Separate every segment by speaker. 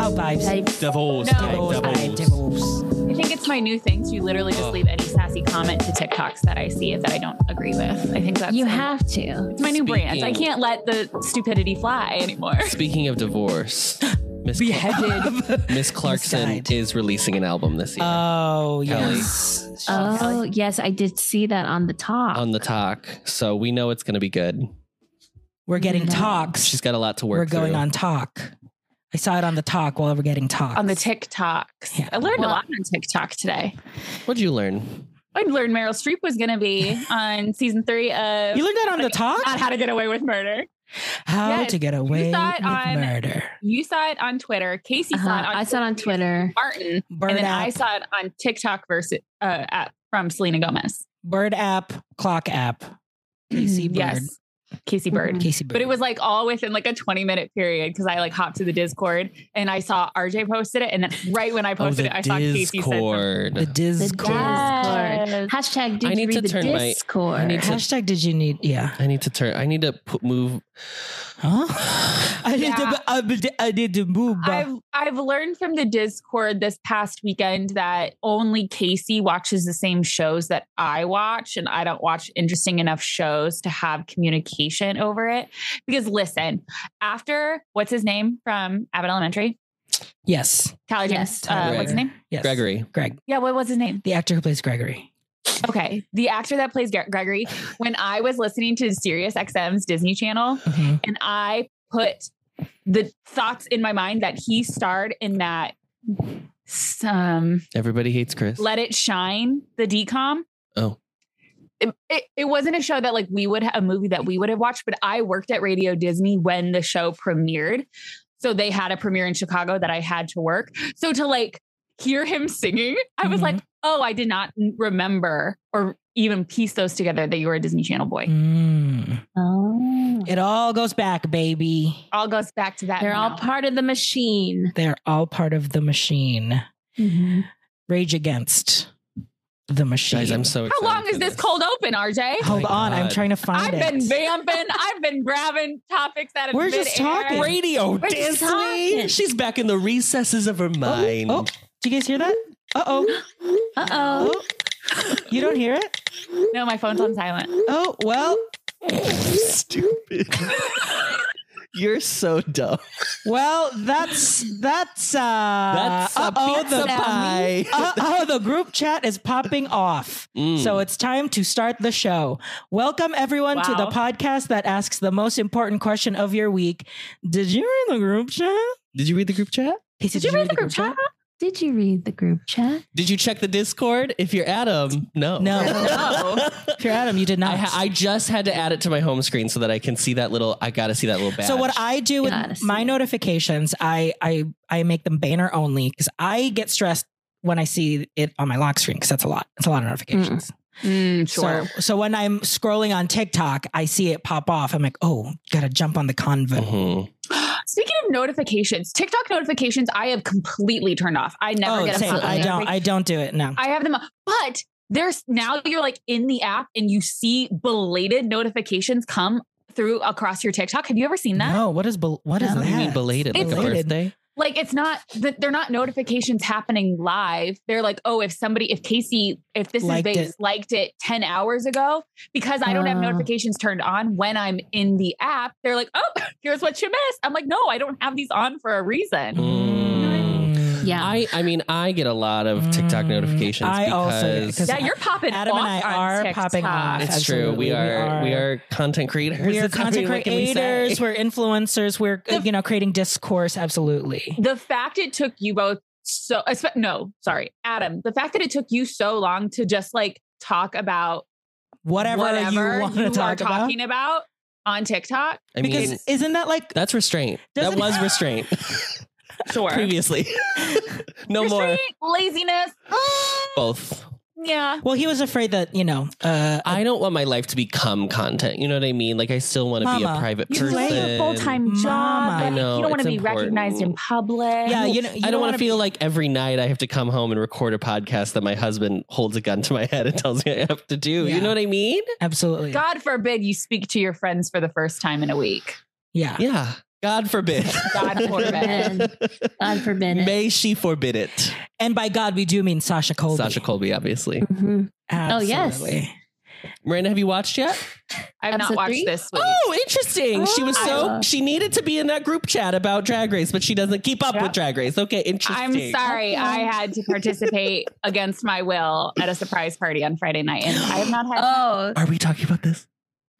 Speaker 1: Oh, babes.
Speaker 2: Babes.
Speaker 3: Divorce.
Speaker 1: No.
Speaker 2: Divorce,
Speaker 3: Divorce.
Speaker 2: babe, divorce.
Speaker 4: I think it's my new thing to literally just leave any sassy comment to TikToks that I see that I don't agree with. I think that's
Speaker 2: You have to.
Speaker 4: it's my new brand. I
Speaker 3: Speaking-
Speaker 4: can't let the stupidity fly anymore.
Speaker 3: Speaking of divorce, Miss Cla-
Speaker 1: Beheaded.
Speaker 3: Miss Clarkson
Speaker 1: Inside.
Speaker 3: is releasing an album this year
Speaker 1: oh,
Speaker 3: Kelly.
Speaker 1: yes.
Speaker 2: Oh, yes, I did see that on the top.
Speaker 3: on the talk, so we know it's going to be good.
Speaker 1: We're getting
Speaker 2: No.
Speaker 1: talks.
Speaker 3: She's got a lot to work.
Speaker 1: we're going
Speaker 3: through.
Speaker 1: on talk. I saw it on the talk while we're getting talks.
Speaker 4: On the TikToks.
Speaker 1: Yeah.
Speaker 4: I learned
Speaker 2: Well-
Speaker 4: a lot on TikTok today.
Speaker 3: What'd you learn?
Speaker 4: I learned Meryl Streep was going to be on season three of
Speaker 1: You learned that on the talk?
Speaker 4: Not How to Get Away with Murder.
Speaker 1: How
Speaker 4: Yes,
Speaker 1: to get away with
Speaker 4: saw it on-
Speaker 1: murder.
Speaker 4: You saw it on Twitter. Casey
Speaker 2: Uh-huh.
Speaker 4: saw it on
Speaker 2: I saw it on Twitter.
Speaker 4: Martin.
Speaker 1: Bird
Speaker 4: and then
Speaker 1: app,
Speaker 4: I saw it on TikTok versus uh, at, from Selena Gomez.
Speaker 1: bird app, clock app. Casey Bird.
Speaker 4: Yes. Casey Bird.
Speaker 2: Mhm.
Speaker 1: Casey Bird.
Speaker 4: But it was like all within like a 20 minute period because I like hopped to the Discord and I saw RJ posted it. And then right when I posted
Speaker 3: oh,
Speaker 4: it,
Speaker 3: the
Speaker 4: I saw Casey said something.
Speaker 3: Discord.
Speaker 1: the
Speaker 2: The
Speaker 1: Discord.
Speaker 2: Discord. Hashtag did
Speaker 3: I
Speaker 2: you
Speaker 3: need
Speaker 2: read
Speaker 3: to
Speaker 2: the
Speaker 3: turn my-
Speaker 2: Discord?
Speaker 3: I need to-
Speaker 1: Hashtag did you need yeah.
Speaker 3: I need to turn. I need to put, move.
Speaker 1: Huh? I need
Speaker 4: Yeah.
Speaker 1: to I need to- I need to move.
Speaker 4: I've I've learned from the Discord this past weekend that only Casey watches the same shows that I watch, and I don't watch interesting enough shows to have communication over it. Because listen, after what's his name from Abbott Elementary,
Speaker 1: yes.
Speaker 4: Callie
Speaker 2: Yes.
Speaker 4: James, uh, what's his name?
Speaker 1: Yes.
Speaker 3: Gregory.
Speaker 1: Greg.
Speaker 4: Yeah, what was his name?
Speaker 1: The actor who plays Gregory.
Speaker 4: Okay, the actor that plays Gre- Gregory. When I was listening to Sirius XM's Disney Channel,
Speaker 1: Mhm.
Speaker 4: and I put the thoughts in my mind that he starred in that um, some
Speaker 3: Everybody hates Chris.
Speaker 4: Let It Shine, the decom.
Speaker 3: Oh.
Speaker 4: It, it, it wasn't a show that like we would a movie that we would have watched, but I worked at Radio Disney when the show premiered. So they had a premiere in Chicago that I had to work. So to like hear him singing, I was
Speaker 1: Mhm.
Speaker 4: like, oh, I did not n- remember or even piece those together that you were a Disney Channel boy.
Speaker 1: Mm.
Speaker 2: Oh.
Speaker 1: It all goes back, baby.
Speaker 4: All goes back to that.
Speaker 2: They're all
Speaker 4: now.
Speaker 2: part of the machine.
Speaker 1: They're all part of the machine.
Speaker 4: Mm-hmm.
Speaker 1: Rage against the machine.
Speaker 3: Guys, I'm so
Speaker 4: How
Speaker 3: excited.
Speaker 4: long is
Speaker 3: for
Speaker 4: this cold open, RJ?
Speaker 1: Hold
Speaker 3: my
Speaker 1: on, I'm
Speaker 3: God.
Speaker 1: trying to find
Speaker 4: I've
Speaker 1: it.
Speaker 4: been vamping. I've been grabbing topics out of
Speaker 1: We're just
Speaker 4: midair.
Speaker 1: talking.
Speaker 3: Radio
Speaker 2: just
Speaker 3: Disney.
Speaker 2: talking.
Speaker 3: She's back in the recesses of her mind.
Speaker 1: Oh, do you guys hear that? Uh oh.
Speaker 2: Uh oh.
Speaker 1: You don't hear it?
Speaker 4: No, my phone's on silent.
Speaker 1: Oh, well,
Speaker 3: Stupid. You're so dumb.
Speaker 1: well, that's that's uh
Speaker 3: That's a
Speaker 1: uh-oh,
Speaker 3: pizza pie.
Speaker 1: oh, the group chat is popping off.
Speaker 3: Mm.
Speaker 1: So it's time to start the show. Welcome everyone to the
Speaker 4: Wow.
Speaker 1: podcast that asks the most important question of your week. Did you read the group chat?
Speaker 3: did you read the group chat?
Speaker 1: Casey,
Speaker 4: Did you read the group chat?
Speaker 2: Did you read the group chat?
Speaker 3: Did you check the Discord? If you're Adam, no,
Speaker 1: No.
Speaker 4: No.
Speaker 1: If you're Adam, you did not.
Speaker 3: I, ha- I just had to add it to my home screen so that I can see that little. I gotta see that little badge.
Speaker 1: So what I do with
Speaker 2: Gotta see
Speaker 1: my
Speaker 2: it.
Speaker 1: notifications, I I I make them banner only because I get stressed when I see it on my lock screen because that's a lot. It's a lot of notifications. Mm, So so when I'm scrolling on TikTok, I see it pop off. I'm like, oh, gotta jump on the convo.
Speaker 3: Mhm.
Speaker 4: Speaking of notifications, TikTok notifications, I have completely turned off. I never
Speaker 1: Oh,
Speaker 4: get a
Speaker 1: same.
Speaker 4: pop-up
Speaker 1: I don't. I don't do it. No.
Speaker 4: I have them, up. but there's now you're like in the app and you see belated notifications come through across your TikTok. Have you ever seen that?
Speaker 1: No. What is bel- what is
Speaker 2: No.
Speaker 3: What do you
Speaker 1: that?
Speaker 3: mean belated? Like a
Speaker 1: Belated.
Speaker 3: birthday?
Speaker 4: Like it's not that they're not notifications happening live. They're like, oh, if somebody, if Casey, if this
Speaker 1: Liked
Speaker 4: is Vegas,
Speaker 1: it.
Speaker 4: liked it 10 hours ago, because I don't have
Speaker 2: Ah.
Speaker 4: notifications turned on when I'm in the app, they're like, oh, here's what you missed. I'm like, no, I don't have these on for a reason.
Speaker 1: Mm.
Speaker 2: Yeah.
Speaker 3: Hmm. I I mean I get a lot of TikTok
Speaker 1: Mm,
Speaker 3: notifications.
Speaker 1: I also get-
Speaker 3: because
Speaker 1: 'cause
Speaker 4: Yeah, you're popping.
Speaker 1: Adam and
Speaker 4: off
Speaker 1: I
Speaker 4: on
Speaker 1: are
Speaker 4: TikTok.
Speaker 1: popping off.
Speaker 3: it's
Speaker 1: Absolutely,
Speaker 3: true. We
Speaker 1: we
Speaker 3: are we
Speaker 1: are-
Speaker 3: are content creators.
Speaker 1: We are
Speaker 3: It's- I mean,
Speaker 1: content
Speaker 3: what can we say?
Speaker 1: creators. We're influencers. We're
Speaker 4: The-
Speaker 1: you know creating discourse. Absolutely.
Speaker 4: The fact it took you both so espe- no, sorry, Adam. The fact that it took you so long to just like talk about
Speaker 1: Whatever,
Speaker 4: whatever
Speaker 1: you want to
Speaker 4: are
Speaker 1: talk about.
Speaker 4: talking about. on TikTok.
Speaker 3: I mean,
Speaker 1: Because isn't that like
Speaker 3: that's restraint. That
Speaker 1: Doesn't-
Speaker 3: was restraint
Speaker 4: Sure.
Speaker 3: previously. no more
Speaker 4: Restraint, laziness.
Speaker 3: both.
Speaker 4: Yeah.
Speaker 1: Well, he was afraid that you know. Uh,
Speaker 3: I don't want my life to become content. You know what I mean? Like I still want to be a
Speaker 1: Mama,
Speaker 3: private
Speaker 4: You
Speaker 3: person.
Speaker 4: play a full time
Speaker 1: Mama.
Speaker 4: job.
Speaker 1: I
Speaker 3: know,
Speaker 4: You don't want to be
Speaker 3: it's
Speaker 4: recognized in
Speaker 3: important.
Speaker 4: public.
Speaker 1: yeah, you know. You
Speaker 3: I don't want
Speaker 1: wanna
Speaker 3: to feel like every night I have to come home and record a podcast that my husband holds a gun to my head and tells me I have to do.
Speaker 1: Yeah.
Speaker 3: You know what I mean?
Speaker 1: absolutely.
Speaker 4: God forbid you speak to your friends for the first time in a week.
Speaker 1: Yeah.
Speaker 3: Yeah. God forbid.
Speaker 4: God forbid.
Speaker 2: God forbid. it.
Speaker 3: May she forbid it.
Speaker 1: And by God, we do mean Sasha Colby.
Speaker 3: Sasha Colby, obviously.
Speaker 2: Mhm. Oh, yes.
Speaker 1: Absolutely.
Speaker 3: Miranda, have you watched yet?
Speaker 4: I've not
Speaker 2: Episode
Speaker 4: watched
Speaker 2: three?
Speaker 4: this week.
Speaker 3: Oh, interesting. she was so
Speaker 2: Oh.
Speaker 3: she needed to be in that group chat about Drag Race, but she doesn't keep up
Speaker 4: Yep.
Speaker 3: with Drag Race. Okay, interesting.
Speaker 4: I'm sorry.
Speaker 2: That's
Speaker 4: I
Speaker 2: fine.
Speaker 4: had to participate against my will at a surprise party on Friday night. And I have not had.
Speaker 2: Oh,
Speaker 3: Are we talking about this?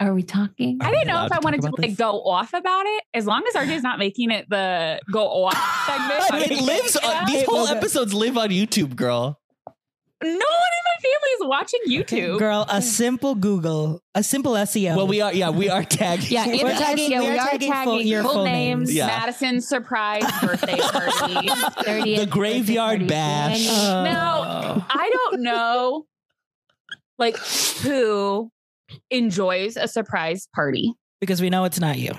Speaker 2: are we talking?
Speaker 4: I
Speaker 3: Are we
Speaker 4: didn't know
Speaker 3: Oh. allowed
Speaker 4: if
Speaker 3: to
Speaker 4: I
Speaker 3: talk
Speaker 4: wanted to
Speaker 3: about
Speaker 4: like
Speaker 3: this?
Speaker 4: go off about it. As long as RJ's not making it the go off segment.
Speaker 3: I mean, it lives on these
Speaker 1: It
Speaker 3: whole
Speaker 1: was a-
Speaker 3: episodes live on YouTube, girl.
Speaker 4: No one in my family is watching YouTube.
Speaker 1: Girl, a simple Google, a simple E SEO.
Speaker 3: Well, we are yeah, we are tagging.
Speaker 2: Yeah,
Speaker 1: We're
Speaker 2: it's-
Speaker 1: tagging-
Speaker 2: yeah,
Speaker 1: we
Speaker 2: we
Speaker 1: are
Speaker 2: are
Speaker 1: tagging full-
Speaker 2: tagging
Speaker 1: your
Speaker 2: full
Speaker 1: full
Speaker 2: names.
Speaker 1: names.
Speaker 3: Yeah.
Speaker 4: Madison's surprise birthday party.
Speaker 2: 30th
Speaker 3: the
Speaker 2: birthday
Speaker 3: graveyard
Speaker 2: party.
Speaker 3: bash.
Speaker 2: Dang.
Speaker 1: Oh.
Speaker 4: No. I don't know like who enjoys a surprise party.
Speaker 1: because we know it's not you.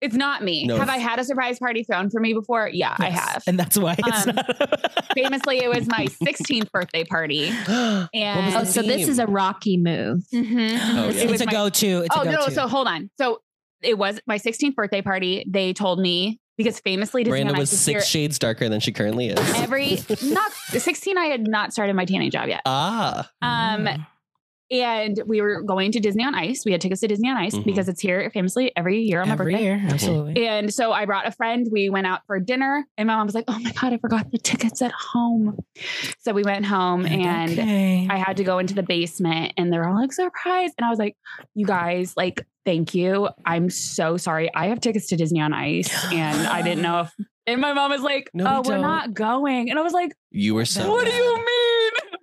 Speaker 4: It's not me.
Speaker 3: No,
Speaker 4: have I
Speaker 3: it's-
Speaker 4: had a surprise party thrown for me before? Yeah, I
Speaker 1: Yes.
Speaker 4: have.
Speaker 1: And that's why it's
Speaker 4: Um,
Speaker 1: not.
Speaker 4: Famously, it was my 16th birthday party. And
Speaker 2: Oh, so this
Speaker 3: Theme.
Speaker 2: is a rocky move.
Speaker 4: Mhm.
Speaker 3: Oh, yeah.
Speaker 4: It
Speaker 1: It's
Speaker 4: was
Speaker 1: a
Speaker 4: my-
Speaker 1: go to. It's
Speaker 4: oh
Speaker 1: a go to.
Speaker 4: no, so hold on. So it was my 16th birthday party. They told me because famously Disney
Speaker 3: Miranda
Speaker 4: and I
Speaker 3: was
Speaker 4: could
Speaker 3: six
Speaker 4: hear
Speaker 3: shades darker than she currently is.
Speaker 4: every not 16 I had not started my tanning job yet.
Speaker 3: ah,
Speaker 4: Um and we were going to Disney on Ice. We had tickets to Disney on Ice
Speaker 3: Mhm.
Speaker 4: because it's here famously every year on
Speaker 1: every
Speaker 4: my birthday.
Speaker 1: year. Absolutely.
Speaker 4: And so I brought a friend. We went out for dinner, and my mom was like, "Oh my god, I forgot the tickets at home." So we went home, Um, and
Speaker 1: okay.
Speaker 4: I had to go into the basement, and they're all like, "Surprise!" And I was like, "You guys, like, thank you. I'm so sorry. I have tickets to Disney on Ice, and I didn't know if." And my mom was like,
Speaker 3: No, we
Speaker 4: "Oh, we're
Speaker 3: don't."
Speaker 4: not going." And I was like,
Speaker 3: you were so.
Speaker 4: "What do
Speaker 3: mad.
Speaker 4: you mean?"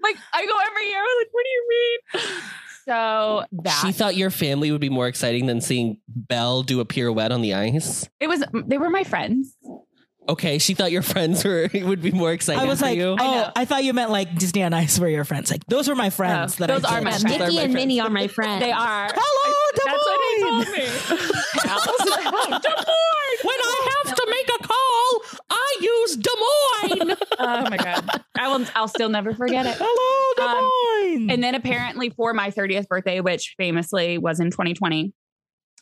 Speaker 4: Like, I go every year. I was like, "What do you mean?" So that
Speaker 3: She thought your family would be more exciting than seeing Belle do a pirouette on the ice.
Speaker 4: it was. They were my friends.
Speaker 3: Okay, she thought your friends were would be more exciting
Speaker 1: I was
Speaker 3: for
Speaker 1: like,
Speaker 3: you.
Speaker 4: I
Speaker 1: oh,
Speaker 4: know. Oh,
Speaker 1: I thought you meant like Disney on Ice were your friends. Like those were my friends. that
Speaker 4: those
Speaker 1: I
Speaker 4: are my
Speaker 1: did.
Speaker 4: friends.
Speaker 3: They're
Speaker 2: Mickey
Speaker 3: my
Speaker 2: and
Speaker 3: friends.
Speaker 2: Minnie are my friends.
Speaker 4: They are.
Speaker 1: Hello, Des Moines.
Speaker 4: That's what they told me.
Speaker 3: when I have to make a call, I use Des Moines.
Speaker 4: oh my god. I will I'll still never forget it. Um,
Speaker 1: Hello, Des Moines.
Speaker 4: And then apparently for my 30th birthday, which famously was in 2020,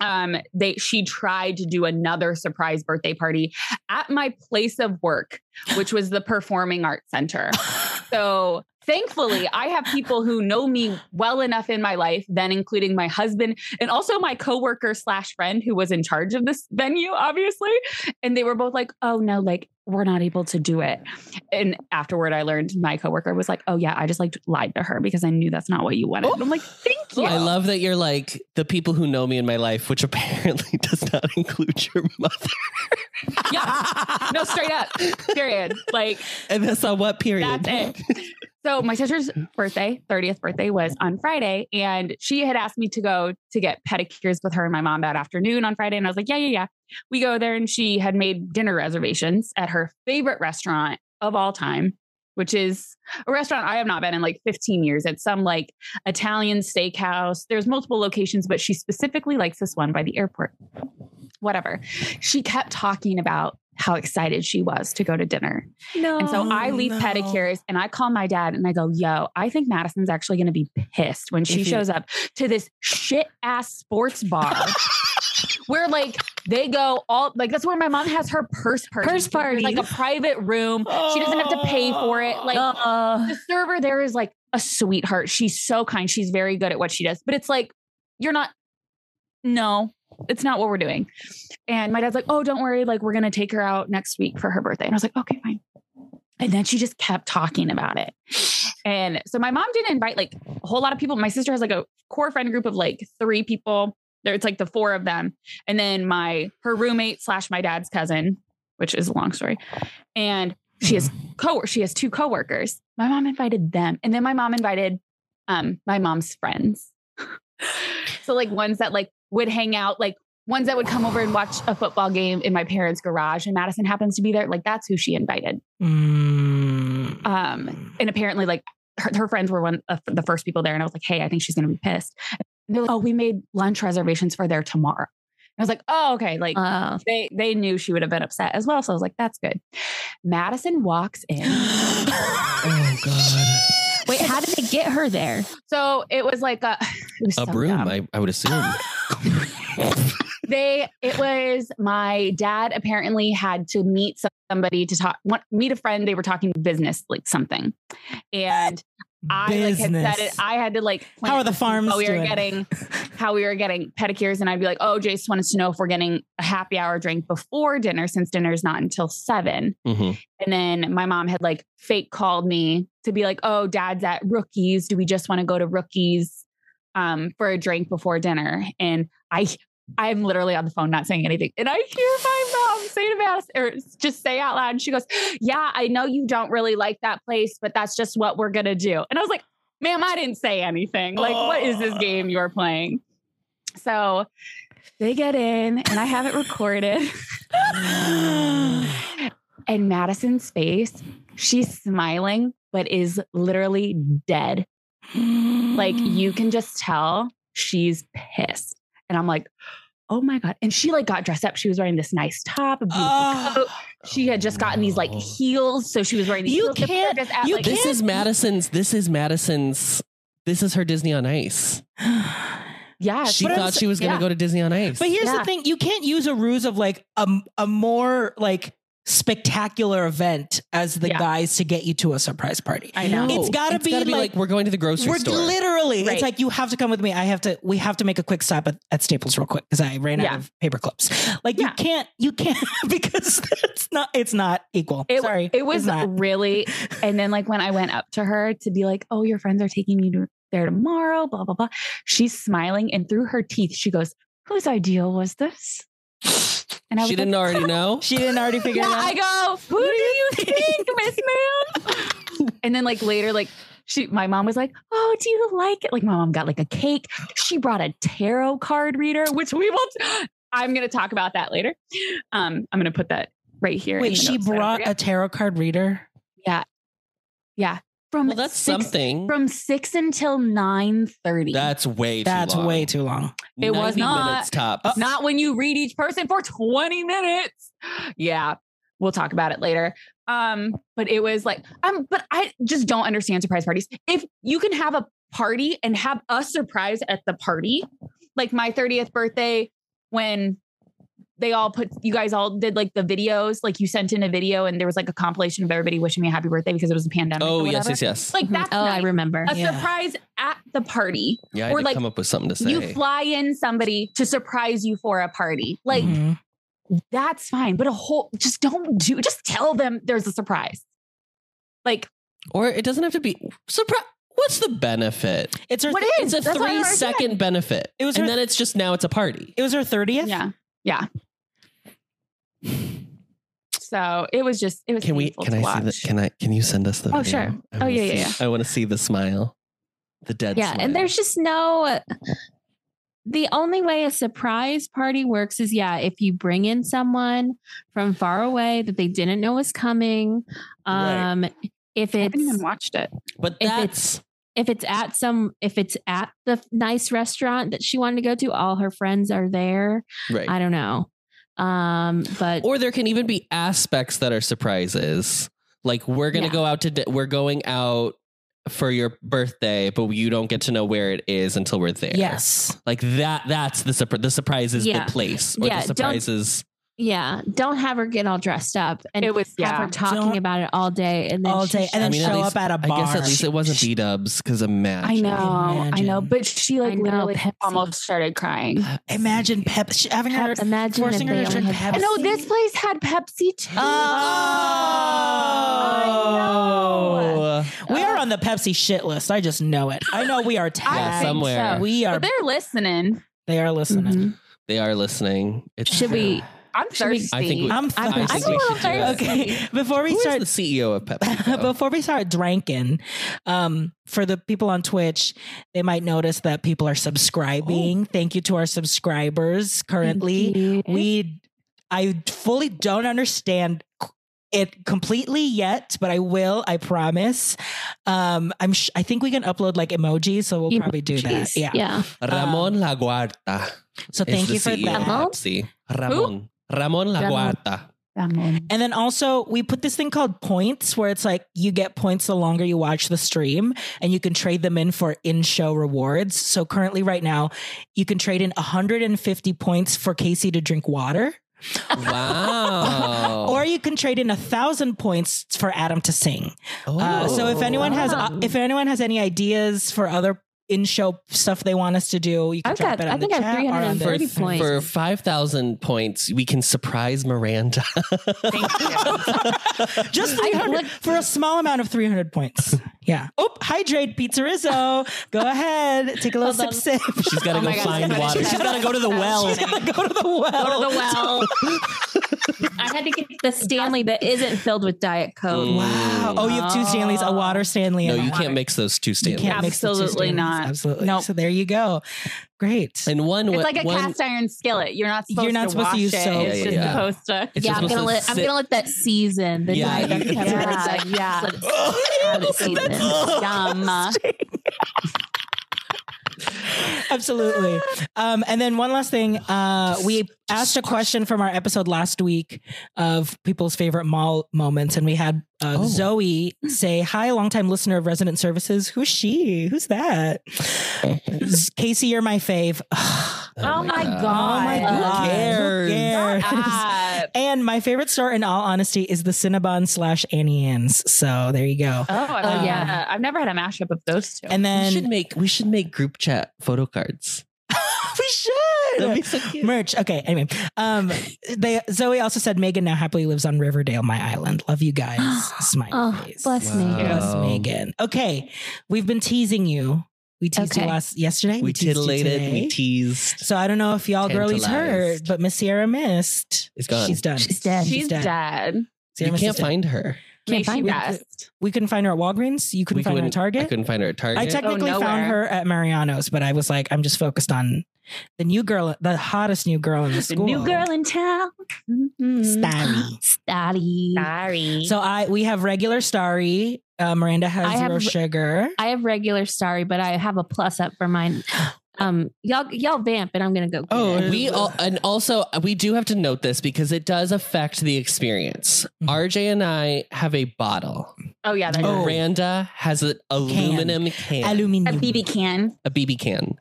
Speaker 4: um, they she tried to do another surprise birthday party at my place of work, which was the performing arts center. So thankfully, I have people who know me well enough in my life, then including my husband and also my coworker slash friend who was in charge of this venue, obviously. And they were both like, oh no, like we're not able to do it. And afterward I learned my coworker was like, oh yeah, I just like lied to her because I knew that's not what you wanted. And I'm like, thank you.
Speaker 3: Oh, I love that you're like the people who know me in my life, which apparently does not include your mother.
Speaker 4: Yeah. no, straight up. Period. Like
Speaker 3: And that's on what period?
Speaker 4: That's it. So my sister's birthday, 30th birthday was on Friday and she had asked me to go to get pedicures with her and my mom that afternoon on Friday and I was like, "Yeah, yeah, yeah." We go there and she had made dinner reservations at her favorite restaurant of all time, which is a restaurant I have not been in like 15 years. It's some like Italian steakhouse. There's multiple locations, but she specifically likes this one by the airport. Whatever. She kept talking about how excited she was to go to dinner
Speaker 2: No.
Speaker 4: and so I
Speaker 1: Oh,
Speaker 4: leave
Speaker 1: no.
Speaker 4: pedicures and I call my dad and I go, yo, I think Madison's actually going to be pissed when she
Speaker 3: If you-
Speaker 4: shows up to this shit ass sports bar where like they go all like that's where my mom has her purse party.
Speaker 2: Purse party.
Speaker 4: There's, like a private room. She doesn't have to pay for it. Like
Speaker 2: Oh.
Speaker 4: the server there is like a sweetheart. She's so kind. She's very good at what she does. But it's like, you're not, no, it's not what we're doing. And my dad's like, oh, don't worry. Like, we're going to take her out next week for her birthday. And I was like, okay, fine. And then she just kept talking about it. And so my mom didn't invite like a whole lot of people. My sister has like a core friend group of like three people. There, it's like the four of them. And then my her roommate slash my dad's cousin, which is a long story. And she has co she has two coworkers. My mom invited them. And then my mom invited um my mom's friends. so like ones that like would hang out, like ones that would come over and watch a football game in my parents' garage and Madison happens to be there. Like that's who she invited.
Speaker 1: Mm.
Speaker 4: Um, and apparently like her, her friends were one of the first people there, and I was like, "Hey, I think she's gonna be pissed." And they're like, "Oh, we made lunch reservations for there tomorrow." And I was like, "Oh, okay." Like
Speaker 2: Oh.
Speaker 4: they they knew she would have been upset as well, so I was like, "That's good." Madison walks in.
Speaker 3: Oh god.
Speaker 2: Wait, how did they get her there?
Speaker 4: So it was like a it was so
Speaker 3: A broom,
Speaker 4: dumb.
Speaker 3: I, I would assume.
Speaker 4: they it was my dad apparently had to meet some- somebody to talk one- meet a friend they were talking business like something and i like had said it i had to like plan
Speaker 1: How are the farms
Speaker 4: how we were
Speaker 1: doing?
Speaker 4: getting how we were getting pedicures and i'd be like oh jace wants to know if we're getting a happy hour drink before dinner since dinner is not until seven
Speaker 3: Mhm.
Speaker 4: and then my mom had like fake called me to be like, "Oh, dad's at Rookies. Do we just want to go to Rookies um, for a drink before dinner?" And I, I'm literally on the phone not saying anything, and I hear my mom say to Madison, or just say out loud, and she goes, "Yeah, I know you don't really like that place, but that's just what we're gonna do." And I was like, "Ma'am, I didn't say anything. Like, what is this game you're playing?" So they get in, and I have it recorded. And Madison's face, she's smiling, but is literally dead. Like you can just tell she's pissed. And I'm like, oh my God. And she like got dressed up. She was wearing this nice top, a beautiful
Speaker 1: Oh.
Speaker 4: coat. She had just gotten these like
Speaker 3: Oh.
Speaker 4: heels. So she was wearing these
Speaker 1: You
Speaker 4: heels. The pair
Speaker 1: can't-
Speaker 4: just at,
Speaker 1: you
Speaker 4: like,
Speaker 3: This is Madison's this is Madison's this is her Disney on Ice.
Speaker 4: yeah.
Speaker 3: She
Speaker 1: but I'm
Speaker 3: thought
Speaker 1: s-
Speaker 3: she was gonna
Speaker 4: yeah.
Speaker 3: go to Disney on Ice.
Speaker 1: But here's
Speaker 4: Yeah.
Speaker 1: the thing: you can't use a ruse of like a a more like spectacular event as the
Speaker 4: Yeah.
Speaker 1: guys to get you to a surprise party.
Speaker 4: I know.
Speaker 1: it's gotta be like-
Speaker 3: we're going to the grocery
Speaker 1: We're
Speaker 3: store.
Speaker 1: literally.
Speaker 4: Right.
Speaker 1: It's like you have to come with me. I have to. We have to make a quick stop at, at Staples real quick because I ran
Speaker 4: Yeah.
Speaker 1: out of paper clips. Like
Speaker 4: Yeah.
Speaker 1: you can't. You can't because it's not. It's not equal.
Speaker 4: It-
Speaker 1: Sorry,
Speaker 4: It was
Speaker 1: it's not.
Speaker 4: really, and then like when I went up to her to be like, "Oh, your friends are taking you to there tomorrow," blah blah blah. She's smiling, and through her teeth, she goes, "Whose idea was this?" And I was
Speaker 3: she didn't
Speaker 4: like,
Speaker 3: already know.
Speaker 1: She didn't already figure
Speaker 4: Yeah, I
Speaker 1: it out.
Speaker 4: go, "Who do you think, Miss Moon?" And then like later, like she, my mom was like, "Oh, do you like it?" Like my mom got like a cake. She brought a tarot card reader, which we will. i I'm gonna talk about that later. Um, I'm gonna put that right here. in
Speaker 1: Wait,
Speaker 4: the
Speaker 1: she
Speaker 4: notes so I don't
Speaker 1: brought
Speaker 4: forget.
Speaker 1: a tarot card reader.
Speaker 4: from
Speaker 3: Well, that's
Speaker 4: six-
Speaker 3: something.
Speaker 4: from six until nine thirty.
Speaker 3: That's way too
Speaker 1: That's
Speaker 3: long.
Speaker 1: way too long.
Speaker 4: It was
Speaker 3: 90
Speaker 4: not.
Speaker 3: minutes tops.
Speaker 4: not when you read each person for twenty minutes. Yeah, we'll talk about it later. Um, but it was like um, but I just don't understand surprise parties. If you can have a party and have a surprise at the party, like my thirtieth birthday when. They all put you guys all did like the videos, like you sent in a video and there was like a compilation of everybody wishing me a happy birthday because it was a pandemic. or
Speaker 3: Oh yes,
Speaker 4: whatever.
Speaker 3: yes, yes.
Speaker 4: Like that's
Speaker 2: oh, I
Speaker 4: nice.
Speaker 2: remember.
Speaker 4: a
Speaker 1: Yeah.
Speaker 4: surprise at the party.
Speaker 3: yeah, I
Speaker 4: or
Speaker 3: did
Speaker 4: like,
Speaker 3: come up with something to say.
Speaker 4: You fly in somebody to surprise you for a party. Like
Speaker 2: Mm-hmm.
Speaker 1: Mhm.
Speaker 4: that's fine, but a whole just don't do just tell them there's a surprise. Like
Speaker 3: or it doesn't have to be surprise. What's the benefit?
Speaker 1: it's her.
Speaker 4: what
Speaker 1: th-
Speaker 4: is
Speaker 3: It's a
Speaker 4: That's what I
Speaker 3: three
Speaker 4: already said.
Speaker 3: second benefit.
Speaker 1: It was
Speaker 3: and
Speaker 1: her-
Speaker 3: then it's just now it's a party.
Speaker 1: It was her thirtieth.
Speaker 4: Yeah. Yeah. So it was just it was
Speaker 3: Can we?
Speaker 4: painful
Speaker 3: Can
Speaker 4: to
Speaker 3: I
Speaker 4: watch.
Speaker 3: see that? Can I? Can you send us the?
Speaker 4: Oh,
Speaker 3: video?
Speaker 4: sure.
Speaker 3: I
Speaker 4: Oh,
Speaker 3: wanna
Speaker 4: yeah, yeah,
Speaker 3: see- I want to see the smile, the dead.
Speaker 2: yeah, and
Speaker 3: smile.
Speaker 2: there's just no. The only way a surprise party works is yeah, if you bring in someone from far away that they didn't know was coming.
Speaker 3: Right.
Speaker 2: Um, if
Speaker 4: I haven't even
Speaker 2: it's
Speaker 4: watched it.
Speaker 3: but
Speaker 2: if
Speaker 3: that's
Speaker 2: if it's at some if it's at the f- nice restaurant that she wanted to go to, all her friends are there.
Speaker 3: right.
Speaker 2: I don't know. Um, but
Speaker 3: or there can even be aspects that are surprises. Like we're gonna
Speaker 2: Yeah.
Speaker 3: go out to di- we're going out for your birthday, but you don't get to know where it is until we're there.
Speaker 1: Yes.
Speaker 3: like that. That's the surprise. The surprise is
Speaker 2: Yeah.
Speaker 3: the place. Or
Speaker 2: Yeah,
Speaker 3: the
Speaker 2: don't-
Speaker 3: surprise is
Speaker 2: yeah, don't have her get all dressed up and
Speaker 4: It was
Speaker 2: have
Speaker 4: yeah.
Speaker 2: her talking
Speaker 1: Don't-
Speaker 2: about it all day and then
Speaker 1: All
Speaker 2: she
Speaker 1: day, and then
Speaker 3: I mean, at
Speaker 1: show
Speaker 3: least-
Speaker 1: up at a
Speaker 3: I
Speaker 1: bar.
Speaker 3: guess at least it wasn't B Dubs because imagine.
Speaker 4: I know, I know,
Speaker 1: Imagine.
Speaker 4: but she like
Speaker 2: I know,
Speaker 4: literally
Speaker 2: Pepsi.
Speaker 4: almost started crying.
Speaker 1: Imagine Pep she- having her.
Speaker 2: Pep- imagine if
Speaker 1: forcing her
Speaker 2: they
Speaker 1: to
Speaker 2: only
Speaker 1: drink
Speaker 2: had
Speaker 1: Pepsi.
Speaker 4: I know oh, this
Speaker 2: Pepsi.
Speaker 4: place had Pepsi too.
Speaker 1: Oh.
Speaker 4: I
Speaker 1: we are on the Pepsi shit list. I just know it. Uh, I know we are
Speaker 4: I
Speaker 3: Yeah,
Speaker 1: tagged.
Speaker 4: think
Speaker 3: somewhere
Speaker 4: so.
Speaker 1: we are.
Speaker 4: But they're listening.
Speaker 1: They are listening.
Speaker 2: Mhm.
Speaker 3: they are listening. It's,
Speaker 2: Should we?
Speaker 4: I'm
Speaker 2: Should we-
Speaker 4: thirsty.
Speaker 3: I think we-
Speaker 1: Mm-hmm. I'm.
Speaker 2: I'm
Speaker 3: I think
Speaker 1: thirsty.
Speaker 2: a
Speaker 3: we
Speaker 2: little
Speaker 3: should do it.
Speaker 2: thirsty.
Speaker 1: Okay. Before we
Speaker 3: Who is
Speaker 1: start,
Speaker 3: the CEO of Pepsi? though?
Speaker 1: before we start drinking, um, for the people on Twitch, they might notice that people are subscribing. Thank you to our subscribers currently.
Speaker 2: Thank you.
Speaker 1: We, I fully don't understand it completely yet, but I will. I promise. Um, I'm. Sh- I think we can upload like emojis, so we'll probably do that.
Speaker 2: Jeez.
Speaker 1: Yeah.
Speaker 2: Yeah.
Speaker 3: Ramon Laguarta.
Speaker 1: So Um, thank you for
Speaker 3: E
Speaker 1: that.
Speaker 2: Ramon?
Speaker 3: See, Ramon. Ramon Laguarta.
Speaker 1: And then also we put this thing called points, where it's like you get points the longer you watch the stream, and you can trade them in for in-show rewards. So currently, right now, you can trade in 150 points for Casey to drink water,
Speaker 3: Wow.
Speaker 1: or you can trade in a thousand points for Adam to sing.
Speaker 3: Oh.
Speaker 1: Uh, so if anyone has
Speaker 2: wow.
Speaker 1: if anyone has any ideas for other in show stuff they want us to do, you can
Speaker 2: I've
Speaker 1: drop
Speaker 2: got-
Speaker 1: it on
Speaker 2: I
Speaker 1: the
Speaker 2: think I have
Speaker 1: chat or on the-
Speaker 2: 30 points.
Speaker 3: for 5,000 points, we can surprise Miranda.
Speaker 1: Just
Speaker 2: I-
Speaker 1: 300
Speaker 2: what-
Speaker 1: for a small amount of 300 points. Yeah. Oop, hydrate Pizza Rizzo. Go ahead. Take a little sip
Speaker 2: Hold
Speaker 1: sip.
Speaker 3: She's got to
Speaker 4: Oh
Speaker 3: go
Speaker 4: my God,
Speaker 3: find
Speaker 4: somebody
Speaker 3: water.
Speaker 4: said
Speaker 3: She's got to go to the
Speaker 4: that.
Speaker 3: well.
Speaker 4: She's gotta
Speaker 1: go to the well.
Speaker 4: Go to the well.
Speaker 2: I had to get the Stanley that isn't filled with Diet Coke.
Speaker 3: Mm.
Speaker 1: Wow. Oh, you have two Stanleys, a water Stanley
Speaker 3: No,
Speaker 1: and a
Speaker 3: you
Speaker 1: water-
Speaker 3: can't mix those two
Speaker 1: you
Speaker 3: Stanleys.
Speaker 1: can't mix the two
Speaker 4: Absolutely
Speaker 1: Stanleys.
Speaker 4: not.
Speaker 1: Absolutely.
Speaker 4: Nope.
Speaker 1: So there you go. Great.
Speaker 3: And one
Speaker 4: It's
Speaker 3: wa-
Speaker 4: like a
Speaker 3: one,
Speaker 4: cast iron skillet. You're not supposed
Speaker 1: You're not
Speaker 4: to
Speaker 1: supposed to
Speaker 4: wash
Speaker 1: use
Speaker 4: it.
Speaker 1: soap.
Speaker 4: It's
Speaker 3: Yeah,
Speaker 4: just
Speaker 3: yeah, yeah.
Speaker 4: supposed to.
Speaker 3: It's
Speaker 2: yeah,
Speaker 3: just
Speaker 2: I'm gonna
Speaker 3: supposed to
Speaker 2: let I'm
Speaker 3: sit-
Speaker 2: gonna let that season. The
Speaker 3: Yeah,
Speaker 2: Diet
Speaker 3: you-
Speaker 2: Coke
Speaker 3: yeah,
Speaker 2: temperatures,
Speaker 4: yeah.
Speaker 2: let it sit out a season.
Speaker 4: Yum.
Speaker 1: Absolutely. Um, and then one last thing. Uh, we asked a question from our episode last week of people's favorite mall moments, and we had uh,
Speaker 3: Oh.
Speaker 1: Zoe say, Hi, longtime listener of Resident Services. Who's she? Who's that? Casey, you're my fave. oh
Speaker 4: Oh my God.
Speaker 1: my
Speaker 4: Who
Speaker 1: God.
Speaker 3: cares?
Speaker 1: Who cares?
Speaker 4: Ah,
Speaker 1: And my favorite store, in all honesty, is the Cinnabon slash Annie Ann's. So there you go.
Speaker 4: oh, I
Speaker 2: Oh,
Speaker 4: love
Speaker 2: yeah.
Speaker 4: that. I've never had a mashup of those two.
Speaker 1: And
Speaker 3: We should
Speaker 1: then
Speaker 3: make we should make group chat photo cards.
Speaker 1: we should.
Speaker 3: That'd be so cute.
Speaker 1: merch. Okay. Anyway, um, they Zoe also said Megan now happily lives on Riverdale, my island. Love you guys. Smiley
Speaker 2: Oh,
Speaker 1: face.
Speaker 2: bless
Speaker 3: Wow.
Speaker 2: me.
Speaker 1: Bless
Speaker 3: Wow.
Speaker 1: Megan. Okay, we've been teasing you. We teased you
Speaker 2: Okay.
Speaker 1: last yesterday.
Speaker 3: We
Speaker 1: teased you
Speaker 3: titillated,
Speaker 1: today.
Speaker 3: we teased.
Speaker 1: so I don't know if y'all girlies heard,
Speaker 3: Tantalized.
Speaker 1: but Miss Sierra missed.
Speaker 3: It's gone.
Speaker 1: She's done.
Speaker 2: She's dead.
Speaker 4: She's dead.
Speaker 1: Sierra
Speaker 3: you
Speaker 1: Mist is
Speaker 3: can't
Speaker 1: dead.
Speaker 3: find her.
Speaker 4: May
Speaker 2: Can't
Speaker 4: she
Speaker 2: find
Speaker 1: her.
Speaker 4: rest.
Speaker 1: We couldn't find her at Walgreens. You couldn't
Speaker 3: We
Speaker 1: find her at
Speaker 3: couldn't- I
Speaker 1: Target.
Speaker 3: couldn't find her at Target.
Speaker 1: I technically
Speaker 4: Oh,
Speaker 1: found
Speaker 4: nowhere.
Speaker 1: her at Mariano's, but I was like, I'm just focused on the new girl, the hottest new girl in the
Speaker 4: The
Speaker 1: school.
Speaker 4: new girl in town. Mm-hmm.
Speaker 1: Starry.
Speaker 2: Starry.
Speaker 4: Sorry.
Speaker 1: So I we have regular starry. Uh, Miranda has
Speaker 2: I
Speaker 1: zero
Speaker 2: have-
Speaker 1: sugar.
Speaker 2: I have regular starry, but I have a plus up for mine. Um, y'all, y'all vamp, and I'm gonna go. get
Speaker 3: Oh,
Speaker 2: it.
Speaker 3: we all, and also we do have to note this because it does affect the experience.
Speaker 1: Mhm.
Speaker 3: RJ and I have a bottle.
Speaker 4: oh yeah, that's
Speaker 1: Oh.
Speaker 3: Miranda has an aluminum can,
Speaker 4: a
Speaker 1: Aluminium.
Speaker 4: BB can.
Speaker 3: a BB can.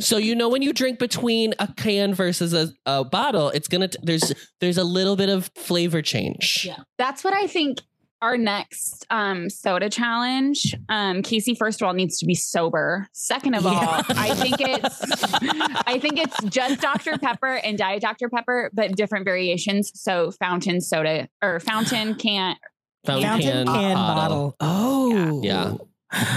Speaker 3: So you know when you drink between a can versus a, a bottle, it's gonna t- there's there's a little bit of flavor change.
Speaker 2: Yeah.
Speaker 4: That's what I think our next um soda challenge. Um Casey first of all needs to be sober. Second of
Speaker 1: Yeah.
Speaker 4: all, I think it's I think it's just Dr Pepper and Diet Dr Pepper but different variations. So fountain soda or fountain can't
Speaker 3: Fountain,
Speaker 1: Fountain can, bottle. Oh,
Speaker 3: Yeah.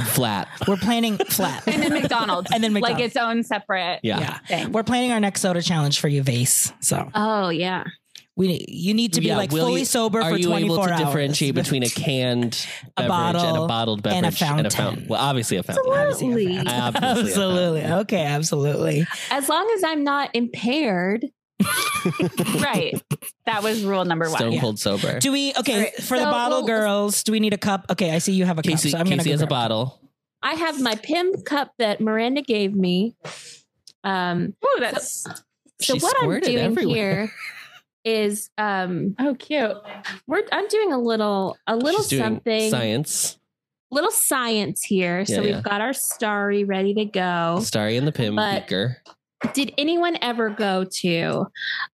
Speaker 3: flat.
Speaker 1: We're planning flat,
Speaker 4: and then McDonald's.
Speaker 1: and then McDonald's.
Speaker 4: Like its own separate
Speaker 3: Yeah.
Speaker 4: thing.
Speaker 1: We're planning our next soda challenge for you, Vase. So
Speaker 2: Oh yeah.
Speaker 1: we you need to be
Speaker 3: Yeah,
Speaker 1: like
Speaker 3: will
Speaker 1: fully
Speaker 3: you-
Speaker 1: sober
Speaker 3: Are
Speaker 1: for
Speaker 3: you
Speaker 1: twenty
Speaker 3: able
Speaker 1: four
Speaker 3: to
Speaker 1: hours.
Speaker 3: differentiate between a canned
Speaker 1: A
Speaker 3: beverage and
Speaker 1: bottle
Speaker 3: a bottled beverage
Speaker 1: and a fountain.
Speaker 3: fountain? Well, obviously a fountain.
Speaker 1: Absolutely.
Speaker 2: Absolutely.
Speaker 3: Obviously a
Speaker 1: Absolutely.
Speaker 3: fountain.
Speaker 1: Okay, absolutely.
Speaker 2: As long as I'm not impaired.
Speaker 4: right. That was rule number one.
Speaker 3: Stone
Speaker 1: Yeah.
Speaker 3: cold sober.
Speaker 1: Do we okay,
Speaker 2: All right,
Speaker 1: for the
Speaker 2: so
Speaker 1: bottle
Speaker 2: we'll-
Speaker 1: girls, do we need a cup? Okay, I see you have a cup.
Speaker 3: Casey,
Speaker 1: So I'm gonna
Speaker 3: Casey
Speaker 1: go
Speaker 3: has a
Speaker 1: grab-
Speaker 3: bottle.
Speaker 2: I have my Pim cup that Miranda gave me. Um,
Speaker 4: Oh, that's
Speaker 2: so
Speaker 3: She
Speaker 2: what I'm
Speaker 3: squirted
Speaker 2: doing
Speaker 3: everywhere.
Speaker 2: here is um,
Speaker 4: oh cute.
Speaker 2: we're I'm doing a little a little
Speaker 3: She's doing
Speaker 2: something
Speaker 3: Science.
Speaker 2: little science here.
Speaker 3: Yeah,
Speaker 2: so
Speaker 3: yeah.
Speaker 2: we've got our starry ready to go.
Speaker 3: Starry and the Pim
Speaker 2: Oh. But-
Speaker 3: beaker.
Speaker 2: did anyone ever go to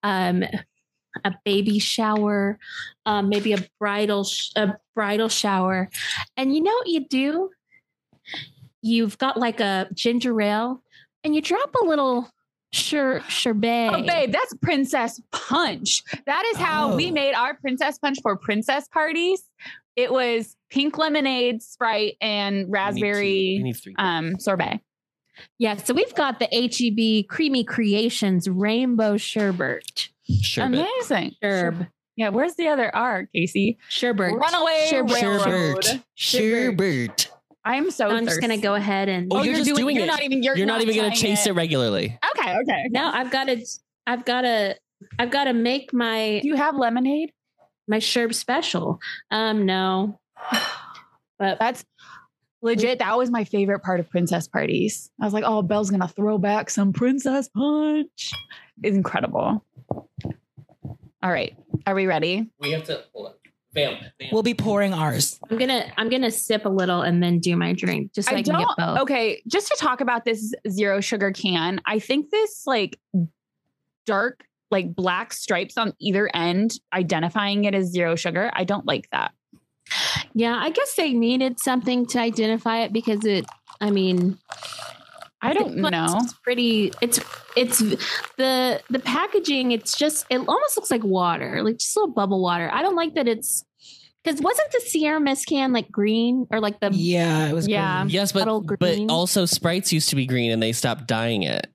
Speaker 2: um a baby shower um maybe a bridal sh- a bridal shower and you know what you do you've got like a ginger ale and you drop a little sher- sherbet
Speaker 4: Oh, babe, that's princess punch. That is how
Speaker 1: Oh.
Speaker 4: we made our princess punch for princess parties. It was pink lemonade, Sprite, and
Speaker 3: We
Speaker 4: raspberry
Speaker 3: need three.
Speaker 4: um, sorbet.
Speaker 2: yeah so we've got the heb creamy creations rainbow sherbet
Speaker 3: Sherbet.
Speaker 4: Amazing.
Speaker 2: Sherb.
Speaker 4: Yeah, where's the other R, Casey?
Speaker 2: sherbet
Speaker 4: Runaway
Speaker 2: sherbet
Speaker 4: Railroad.
Speaker 3: Sherbet.
Speaker 4: I'm so.
Speaker 2: i'm just gonna
Speaker 4: thirsty.
Speaker 2: go ahead and
Speaker 3: Oh,
Speaker 4: Oh,
Speaker 3: you're
Speaker 4: you're,
Speaker 3: just
Speaker 4: doing,
Speaker 3: doing
Speaker 4: You're
Speaker 3: it.
Speaker 4: not even. You're,
Speaker 3: You're not even gonna
Speaker 4: trying
Speaker 3: chase it regularly.
Speaker 4: Okay. Okay.
Speaker 2: no i've got to i've got to i've got to make my
Speaker 4: Do you have lemonade?
Speaker 2: my Sherb special. Um, no. But
Speaker 4: That's legit. That was my favorite part of princess parties. I was like, oh, Belle's gonna throw back some princess punch. It's incredible. All right. Are we ready?
Speaker 3: We have to hold up. Vamp. vamp.
Speaker 1: We'll be pouring ours.
Speaker 2: I'm gonna I'm gonna sip a little and then do my drink just so I,
Speaker 4: I
Speaker 2: can get
Speaker 4: don't-
Speaker 2: both.
Speaker 4: Okay, just to talk about this zero sugar can, I think this like dark, like black stripes on either end, identifying it as zero sugar. I don't like that.
Speaker 2: Yeah, I guess they needed something to identify it because it. I mean,
Speaker 4: I don't
Speaker 2: it looks-
Speaker 4: know.
Speaker 2: It's pretty. It's it's the the packaging. It's just it almost looks like water, like just a little bubble water. I don't like that it's because wasn't the Sierra Mist can like green or like the
Speaker 1: Yeah, it was.
Speaker 4: Yeah.
Speaker 1: green.
Speaker 3: Yes, but
Speaker 2: Bottle
Speaker 3: but
Speaker 2: green.
Speaker 3: also sprites used to be green and they stopped dyeing it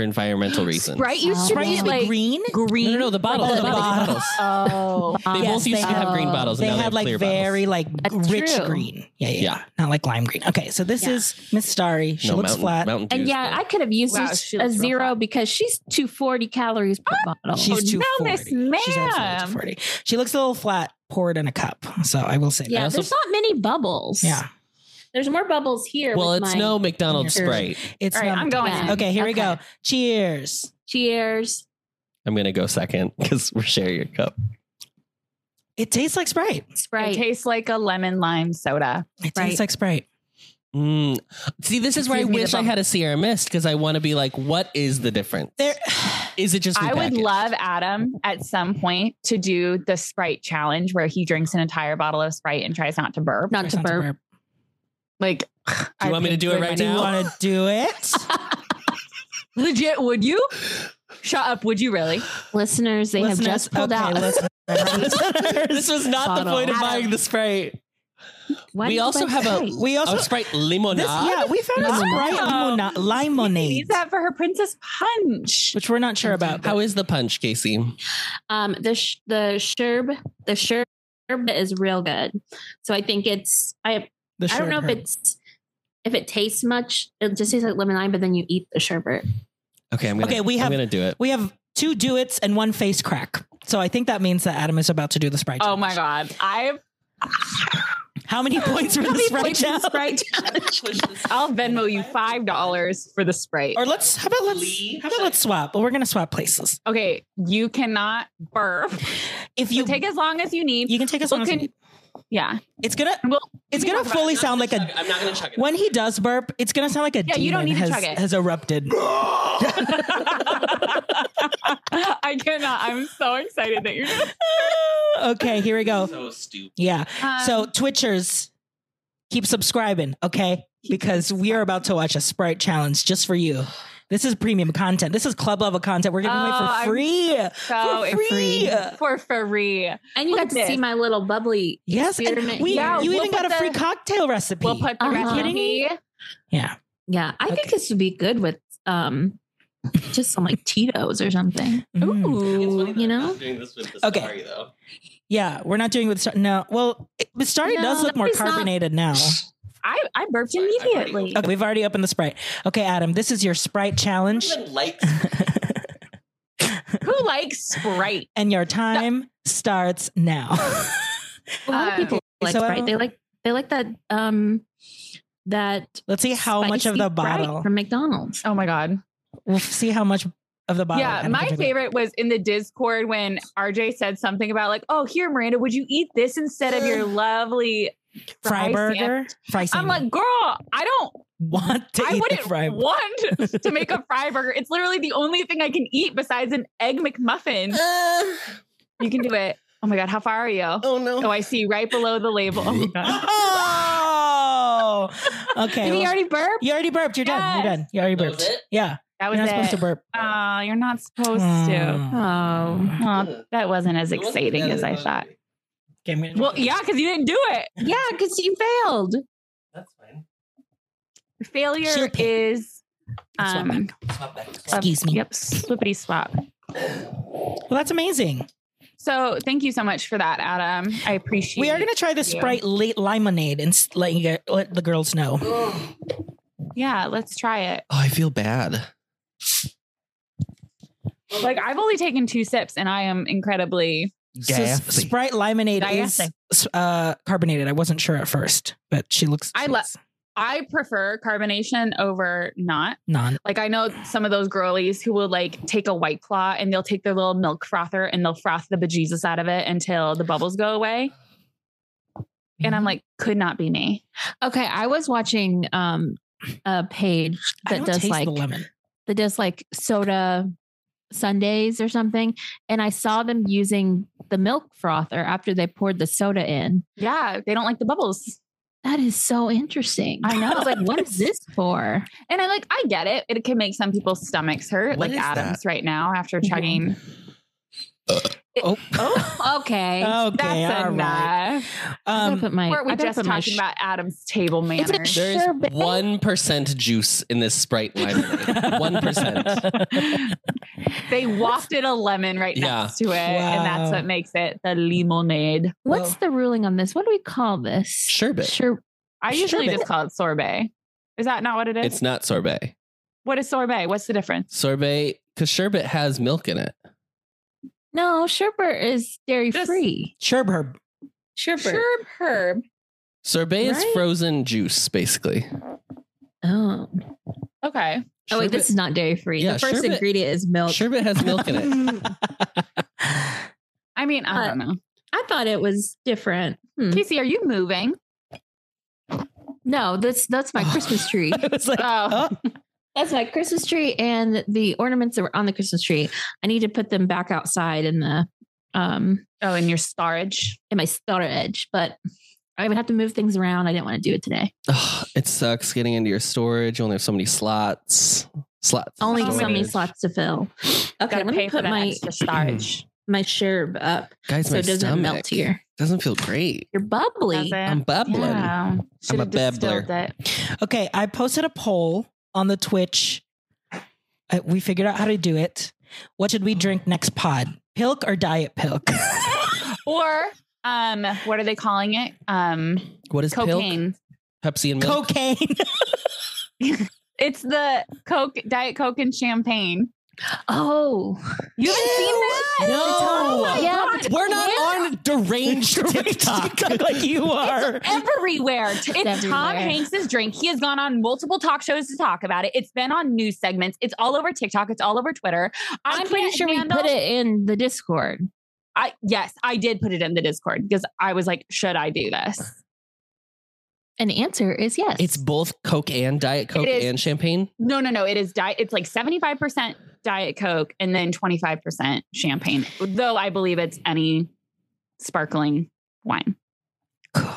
Speaker 3: environmental reasons.
Speaker 4: Right? You
Speaker 2: Oh.
Speaker 4: should
Speaker 1: Sprite
Speaker 4: be
Speaker 1: used to be
Speaker 4: like
Speaker 1: green.
Speaker 4: green.
Speaker 3: No, no, no, the bottles.
Speaker 1: Oh,
Speaker 3: the
Speaker 1: the
Speaker 3: bottles.
Speaker 4: Oh,
Speaker 3: They
Speaker 1: Yes,
Speaker 3: both used
Speaker 1: they
Speaker 3: to have
Speaker 2: have-
Speaker 3: green bottles.
Speaker 1: They
Speaker 3: and now
Speaker 1: had
Speaker 3: have
Speaker 1: like
Speaker 3: clear
Speaker 1: very like
Speaker 2: That's
Speaker 1: rich
Speaker 2: true.
Speaker 1: green. Yeah, yeah,
Speaker 3: Yeah.
Speaker 1: yeah. Not like lime green. Okay, so this
Speaker 2: Yeah.
Speaker 1: is Miss Starry.
Speaker 3: bottles.
Speaker 1: She
Speaker 3: No,
Speaker 1: looks
Speaker 3: Mountain,
Speaker 1: flat.
Speaker 3: Mountain
Speaker 2: and
Speaker 3: Dew's
Speaker 2: yeah,
Speaker 3: good.
Speaker 2: I could have used
Speaker 4: Wow,
Speaker 2: this-
Speaker 4: she
Speaker 2: a
Speaker 4: looks real
Speaker 2: zero
Speaker 4: fat.
Speaker 2: because she's two forty calories per bottle.
Speaker 1: She's
Speaker 4: Oh,
Speaker 1: two
Speaker 4: now
Speaker 1: forty.
Speaker 4: Miss
Speaker 1: She's
Speaker 4: ma'am.
Speaker 1: absolutely 240. She looks a little flat, poured in a cup. So I will say
Speaker 2: yeah,
Speaker 3: I also-
Speaker 2: there's not many bubbles.
Speaker 1: that. Yeah,
Speaker 2: there's more bubbles here.
Speaker 3: well,
Speaker 2: with
Speaker 3: it's
Speaker 2: my-
Speaker 3: no McDonald's
Speaker 1: Here's-
Speaker 3: Sprite.
Speaker 1: it's
Speaker 4: all right.
Speaker 1: not-
Speaker 4: I'm going.
Speaker 2: Yeah.
Speaker 1: Okay, here we
Speaker 2: Okay.
Speaker 1: go. Cheers.
Speaker 2: cheers.
Speaker 3: I'm gonna go second because we're sharing a cup.
Speaker 1: It tastes like Sprite.
Speaker 4: It
Speaker 2: Sprite.
Speaker 4: tastes like a lemon lime soda.
Speaker 1: It
Speaker 2: Right.
Speaker 1: tastes like Sprite.
Speaker 3: Mm. See, this is where I
Speaker 4: Excuse me, the
Speaker 3: wish I
Speaker 4: bubble.
Speaker 3: had a Sierra Mist because I want to be like, what is the difference?
Speaker 1: There.
Speaker 3: Is it just?
Speaker 4: I would
Speaker 3: repackaged?
Speaker 4: love Adam at some point to do the Sprite challenge where he drinks an entire bottle of Sprite and tries not to burp.
Speaker 2: not to
Speaker 1: Sounds
Speaker 2: burp.
Speaker 1: burp.
Speaker 4: Like,
Speaker 3: Do you want me to do it right
Speaker 1: Do you
Speaker 3: now?
Speaker 1: want to do it?
Speaker 4: Legit, would you? Shut up, would you really?
Speaker 2: Listeners, they have just pulled
Speaker 1: okay,
Speaker 2: out.
Speaker 1: listeners.
Speaker 3: This was not the
Speaker 2: Bottle.
Speaker 3: point of
Speaker 2: Adam.
Speaker 3: buying the Sprite.
Speaker 2: Why
Speaker 3: we
Speaker 2: do you
Speaker 3: also
Speaker 2: like
Speaker 3: have a-
Speaker 2: Sprite?
Speaker 1: we also.
Speaker 3: Oh, Sprite
Speaker 1: this,
Speaker 3: limonade.
Speaker 1: yeah, we found a Sprite
Speaker 4: Wow.
Speaker 1: limona-
Speaker 4: Use
Speaker 1: limonade,
Speaker 4: that for her princess punch.
Speaker 1: which we're not sure about.
Speaker 3: How is the punch, Casey?
Speaker 2: um the sh- the sherb the sherb is real good. So I think it's I
Speaker 1: the
Speaker 2: I don't know
Speaker 1: sherbet.
Speaker 2: if it's if it tastes much. It just tastes like lemon lime, but then you eat the sherbet.
Speaker 3: Okay, I'm gonna.
Speaker 1: Okay, we
Speaker 3: I'm
Speaker 1: have-
Speaker 3: gonna do it.
Speaker 1: We have two do it's and one face crack. So I think that means that Adam is about to do the Sprite.
Speaker 4: Oh
Speaker 1: challenge.
Speaker 4: my god. I've
Speaker 1: How many points for the Sprite challenge?
Speaker 4: I'll Venmo you five dollars for the Sprite.
Speaker 1: Or let's how about let's how about let's swap? Well, we're gonna swap places.
Speaker 4: Okay, you cannot burp.
Speaker 1: If
Speaker 4: You
Speaker 1: you
Speaker 4: take as long as you need.
Speaker 1: you can take us
Speaker 4: Well,
Speaker 1: on.
Speaker 4: can- yeah.
Speaker 1: It's gonna
Speaker 4: Well,
Speaker 1: it's
Speaker 4: we
Speaker 1: gonna
Speaker 4: can talk about
Speaker 1: fully sound like a.
Speaker 3: I'm not gonna chug
Speaker 1: When he does burp, it's gonna sound like a
Speaker 4: Yeah,
Speaker 1: demon
Speaker 4: you don't need to
Speaker 1: has,
Speaker 4: chug it.
Speaker 1: has erupted.
Speaker 4: I cannot. I'm so excited that you're
Speaker 1: okay, here we go.
Speaker 3: So stupid.
Speaker 1: Yeah.
Speaker 4: Um,
Speaker 1: So Twitchers, keep subscribing, okay? Because we are about to watch a Sprite challenge just for you. This is premium content. This is club level content. We're giving
Speaker 4: Oh,
Speaker 1: away
Speaker 4: I'm
Speaker 1: for free.
Speaker 4: so
Speaker 1: for free.
Speaker 4: for free.
Speaker 2: And you
Speaker 4: Look
Speaker 2: got
Speaker 4: at
Speaker 2: to see
Speaker 4: this.
Speaker 2: my little bubbly.
Speaker 1: Yes, and
Speaker 2: Experiment
Speaker 1: we,
Speaker 4: here.
Speaker 1: you
Speaker 4: Yeah,
Speaker 1: even
Speaker 4: we'll
Speaker 1: got a
Speaker 4: put
Speaker 1: free
Speaker 4: the-
Speaker 1: cocktail recipe.
Speaker 4: We'll put the
Speaker 2: Uh-huh.
Speaker 4: recipe.
Speaker 1: yeah,
Speaker 2: Yeah, I think
Speaker 1: Okay.
Speaker 2: this would be good with um just some like Tito's or something.
Speaker 1: Mm.
Speaker 4: Ooh.
Speaker 2: You know?
Speaker 3: doing this with
Speaker 1: Okay. Starry,
Speaker 3: though.
Speaker 1: yeah. We're not doing with Star- no. Well, it, but Starry
Speaker 2: No,
Speaker 1: does look more
Speaker 2: it's not-
Speaker 1: carbonated now.
Speaker 4: I, I burped
Speaker 3: Sorry, I've already
Speaker 4: immediately.
Speaker 1: Okay, we've already opened the Sprite. Okay, Adam, this is your Sprite challenge,
Speaker 3: like
Speaker 4: Who likes Sprite?
Speaker 1: and your time starts now.
Speaker 2: A lot of
Speaker 4: Uh,
Speaker 2: people like
Speaker 1: so,
Speaker 2: Sprite. They
Speaker 1: um,
Speaker 2: like they like that um that
Speaker 1: Let's see how much of
Speaker 2: spicy
Speaker 1: the
Speaker 2: Sprite
Speaker 1: bottle.
Speaker 2: from McDonald's.
Speaker 4: Oh my god.
Speaker 1: We'll see how much of the bottle.
Speaker 4: yeah,
Speaker 1: Adam
Speaker 4: my
Speaker 1: can drink.
Speaker 4: favorite was in the Discord when RJ said something about like, "Oh, here, Miranda, would you eat this instead of your lovely
Speaker 1: fry
Speaker 4: fry
Speaker 1: burger. Fry
Speaker 4: I'm
Speaker 1: sandwich.
Speaker 4: like, girl, I don't.
Speaker 1: want to
Speaker 4: I
Speaker 1: eat the
Speaker 4: wouldn't
Speaker 1: fry. burger.
Speaker 4: want to make a fry burger. It's literally the only thing I can eat besides an egg McMuffin. You can do it. Oh my god, how far are you? Oh,
Speaker 3: Uh, oh no.
Speaker 4: I see right below the label. Oh my god.
Speaker 1: Oh, okay.
Speaker 4: Did he
Speaker 1: well,
Speaker 4: already burp?
Speaker 1: you already burped. You're done. You're
Speaker 4: Yes.
Speaker 1: done. You already
Speaker 3: That was
Speaker 1: burped.
Speaker 3: it?
Speaker 1: Yeah,
Speaker 4: That
Speaker 1: you're
Speaker 4: was
Speaker 1: not supposed
Speaker 4: it.
Speaker 1: to burp.
Speaker 4: Oh, you're not supposed to.
Speaker 1: Mm.
Speaker 2: Oh.
Speaker 4: Aw, that wasn't as exciting as I thought.
Speaker 1: Okay, I'm gonna-
Speaker 4: Well, yeah, because you didn't do it.
Speaker 2: Yeah, because you failed.
Speaker 3: That's fine.
Speaker 4: Failure
Speaker 1: She'll pick.
Speaker 4: is
Speaker 1: Let's swap
Speaker 4: um,
Speaker 3: Swap back.
Speaker 1: Excuse me.
Speaker 4: Yep, swippity swap.
Speaker 1: Well, that's amazing.
Speaker 4: So thank you so much for that, Adam. I appreciate.
Speaker 1: We are going to try the
Speaker 4: you.
Speaker 1: Sprite li- limonade and s- let, you get, let the girls know.
Speaker 3: Oh,
Speaker 4: Yeah, let's try it.
Speaker 3: I feel bad.
Speaker 4: Like I've only taken two sips, and I am incredibly
Speaker 1: So s-
Speaker 3: Gaffy.
Speaker 1: Sprite limonade is
Speaker 4: Diacetic.
Speaker 1: s- uh, carbonated. I wasn't sure at first, but she looks.
Speaker 4: I
Speaker 1: she
Speaker 4: lo-
Speaker 1: looks
Speaker 4: I prefer carbonation over not.
Speaker 1: non.
Speaker 4: Like I know some of those girlies who will like take a white claw and they'll take their little milk frother and they'll froth the bejesus out of it until the bubbles go away. And I'm like, could not be me.
Speaker 2: Okay, I was watching um a page
Speaker 1: I
Speaker 2: that
Speaker 1: don't
Speaker 2: does
Speaker 1: taste
Speaker 2: like
Speaker 1: the lemon.
Speaker 2: that does like soda Sundays or something, and I saw them using the milk frother after they poured the soda in.
Speaker 4: Yeah, they don't like the bubbles.
Speaker 2: That is so interesting.
Speaker 4: I know.
Speaker 2: I was like, what is this for?
Speaker 4: And I like, I get it. It can make some people's stomachs hurt,
Speaker 3: What
Speaker 4: like
Speaker 3: is
Speaker 4: Adam's right now after
Speaker 2: Mhm.
Speaker 4: chugging.
Speaker 1: Oh, okay,
Speaker 2: Okay.
Speaker 4: That's
Speaker 1: all right.
Speaker 4: enough.
Speaker 2: I'm gonna
Speaker 1: Um,
Speaker 2: put my,
Speaker 4: Weren't
Speaker 2: I
Speaker 4: we
Speaker 2: better
Speaker 4: just
Speaker 2: put
Speaker 4: talking
Speaker 2: my sh-
Speaker 4: about Adam's table
Speaker 2: It's
Speaker 4: manners?
Speaker 2: a
Speaker 3: There is
Speaker 2: Sherbet.
Speaker 3: one percent juice in this Sprite lemonade. One percent.
Speaker 4: they wafted a lemon right
Speaker 3: Yeah.
Speaker 4: next to it, and that's
Speaker 1: Wow.
Speaker 4: what makes it the limonade.
Speaker 2: What's
Speaker 1: Well-
Speaker 2: the ruling on this? What do we call this?
Speaker 3: Sherbet.
Speaker 2: Sher-
Speaker 4: I usually
Speaker 1: Sherbet.
Speaker 4: just call it sorbet. Is that not what it is?
Speaker 3: It's not sorbet.
Speaker 4: what is sorbet? What's the difference?
Speaker 3: Sorbet because sherbet has milk in it.
Speaker 2: no, sherbet is dairy free.
Speaker 1: Sherbet.
Speaker 2: Sherbet.
Speaker 4: Herb, herb.
Speaker 3: Sorbet is
Speaker 2: Right?
Speaker 3: frozen juice, basically.
Speaker 2: oh.
Speaker 4: Okay.
Speaker 2: oh, wait, this is not dairy free.
Speaker 3: Yeah,
Speaker 2: the first
Speaker 3: sherbet-
Speaker 2: ingredient is milk.
Speaker 3: sherbet has milk in it.
Speaker 4: I mean, I don't know.
Speaker 2: I thought it was different. Hmm.
Speaker 4: Casey, are you moving?
Speaker 2: No, that's that's my Christmas tree.
Speaker 1: I was like,
Speaker 4: Oh,
Speaker 1: oh,
Speaker 2: That's my Christmas tree and the ornaments that were on the Christmas tree. I need to put them back outside in the um
Speaker 4: oh, in your storage.
Speaker 2: in my storage, but I would have to move things around. I didn't want to do it today.
Speaker 3: Ugh, it sucks getting into your storage. You only have so many slots. Slots.
Speaker 2: Only
Speaker 4: Oh,
Speaker 2: so
Speaker 4: man.
Speaker 2: many slots to fill. Okay,
Speaker 4: Gotta
Speaker 2: let me
Speaker 4: pay for
Speaker 2: put
Speaker 4: that
Speaker 2: my
Speaker 4: extra storage.
Speaker 2: my sherb up
Speaker 3: Guys,
Speaker 2: so
Speaker 3: my
Speaker 2: it doesn't
Speaker 3: stomach
Speaker 2: melt here.
Speaker 3: doesn't feel great.
Speaker 2: You're bubbly.
Speaker 4: Does it?
Speaker 3: I'm bubbling.
Speaker 4: Yeah. Should
Speaker 3: a
Speaker 4: have distilled
Speaker 3: babbler.
Speaker 4: it.
Speaker 1: okay. I posted a poll on the Twitch. Uh, we figured out how to do it. What should we drink next pod? Pilk or diet pilk?
Speaker 4: Or um, what are they calling it? Um,
Speaker 3: What is pilk?
Speaker 4: cocaine.
Speaker 3: Pepsi and milk.
Speaker 1: Cocaine.
Speaker 4: It's the Coke, Diet Coke, and champagne.
Speaker 2: Oh,
Speaker 4: You haven't seen that?
Speaker 3: No.
Speaker 4: Oh my
Speaker 2: Yeah,
Speaker 4: God.
Speaker 2: but-
Speaker 3: We're not on deranged TikTok.
Speaker 1: like you are.
Speaker 4: everywhere. T- It's Tom
Speaker 2: everywhere.
Speaker 4: Hanks's drink. He has gone on multiple talk shows to talk about it. It's been on news segments. It's all over TikTok. It's all over Twitter. I
Speaker 2: I'm pretty
Speaker 4: can't
Speaker 2: sure we
Speaker 4: handle-
Speaker 2: put it in the Discord.
Speaker 4: I yes, I did put it in the Discord because I was like, should I do this?
Speaker 2: And the answer is yes.
Speaker 3: It's both Coke and Diet Coke
Speaker 4: is.
Speaker 3: and champagne.
Speaker 4: No, no, no. It is diet. It's like seventy five percent Diet Coke and then twenty five percent champagne. Though I believe it's any sparkling wine.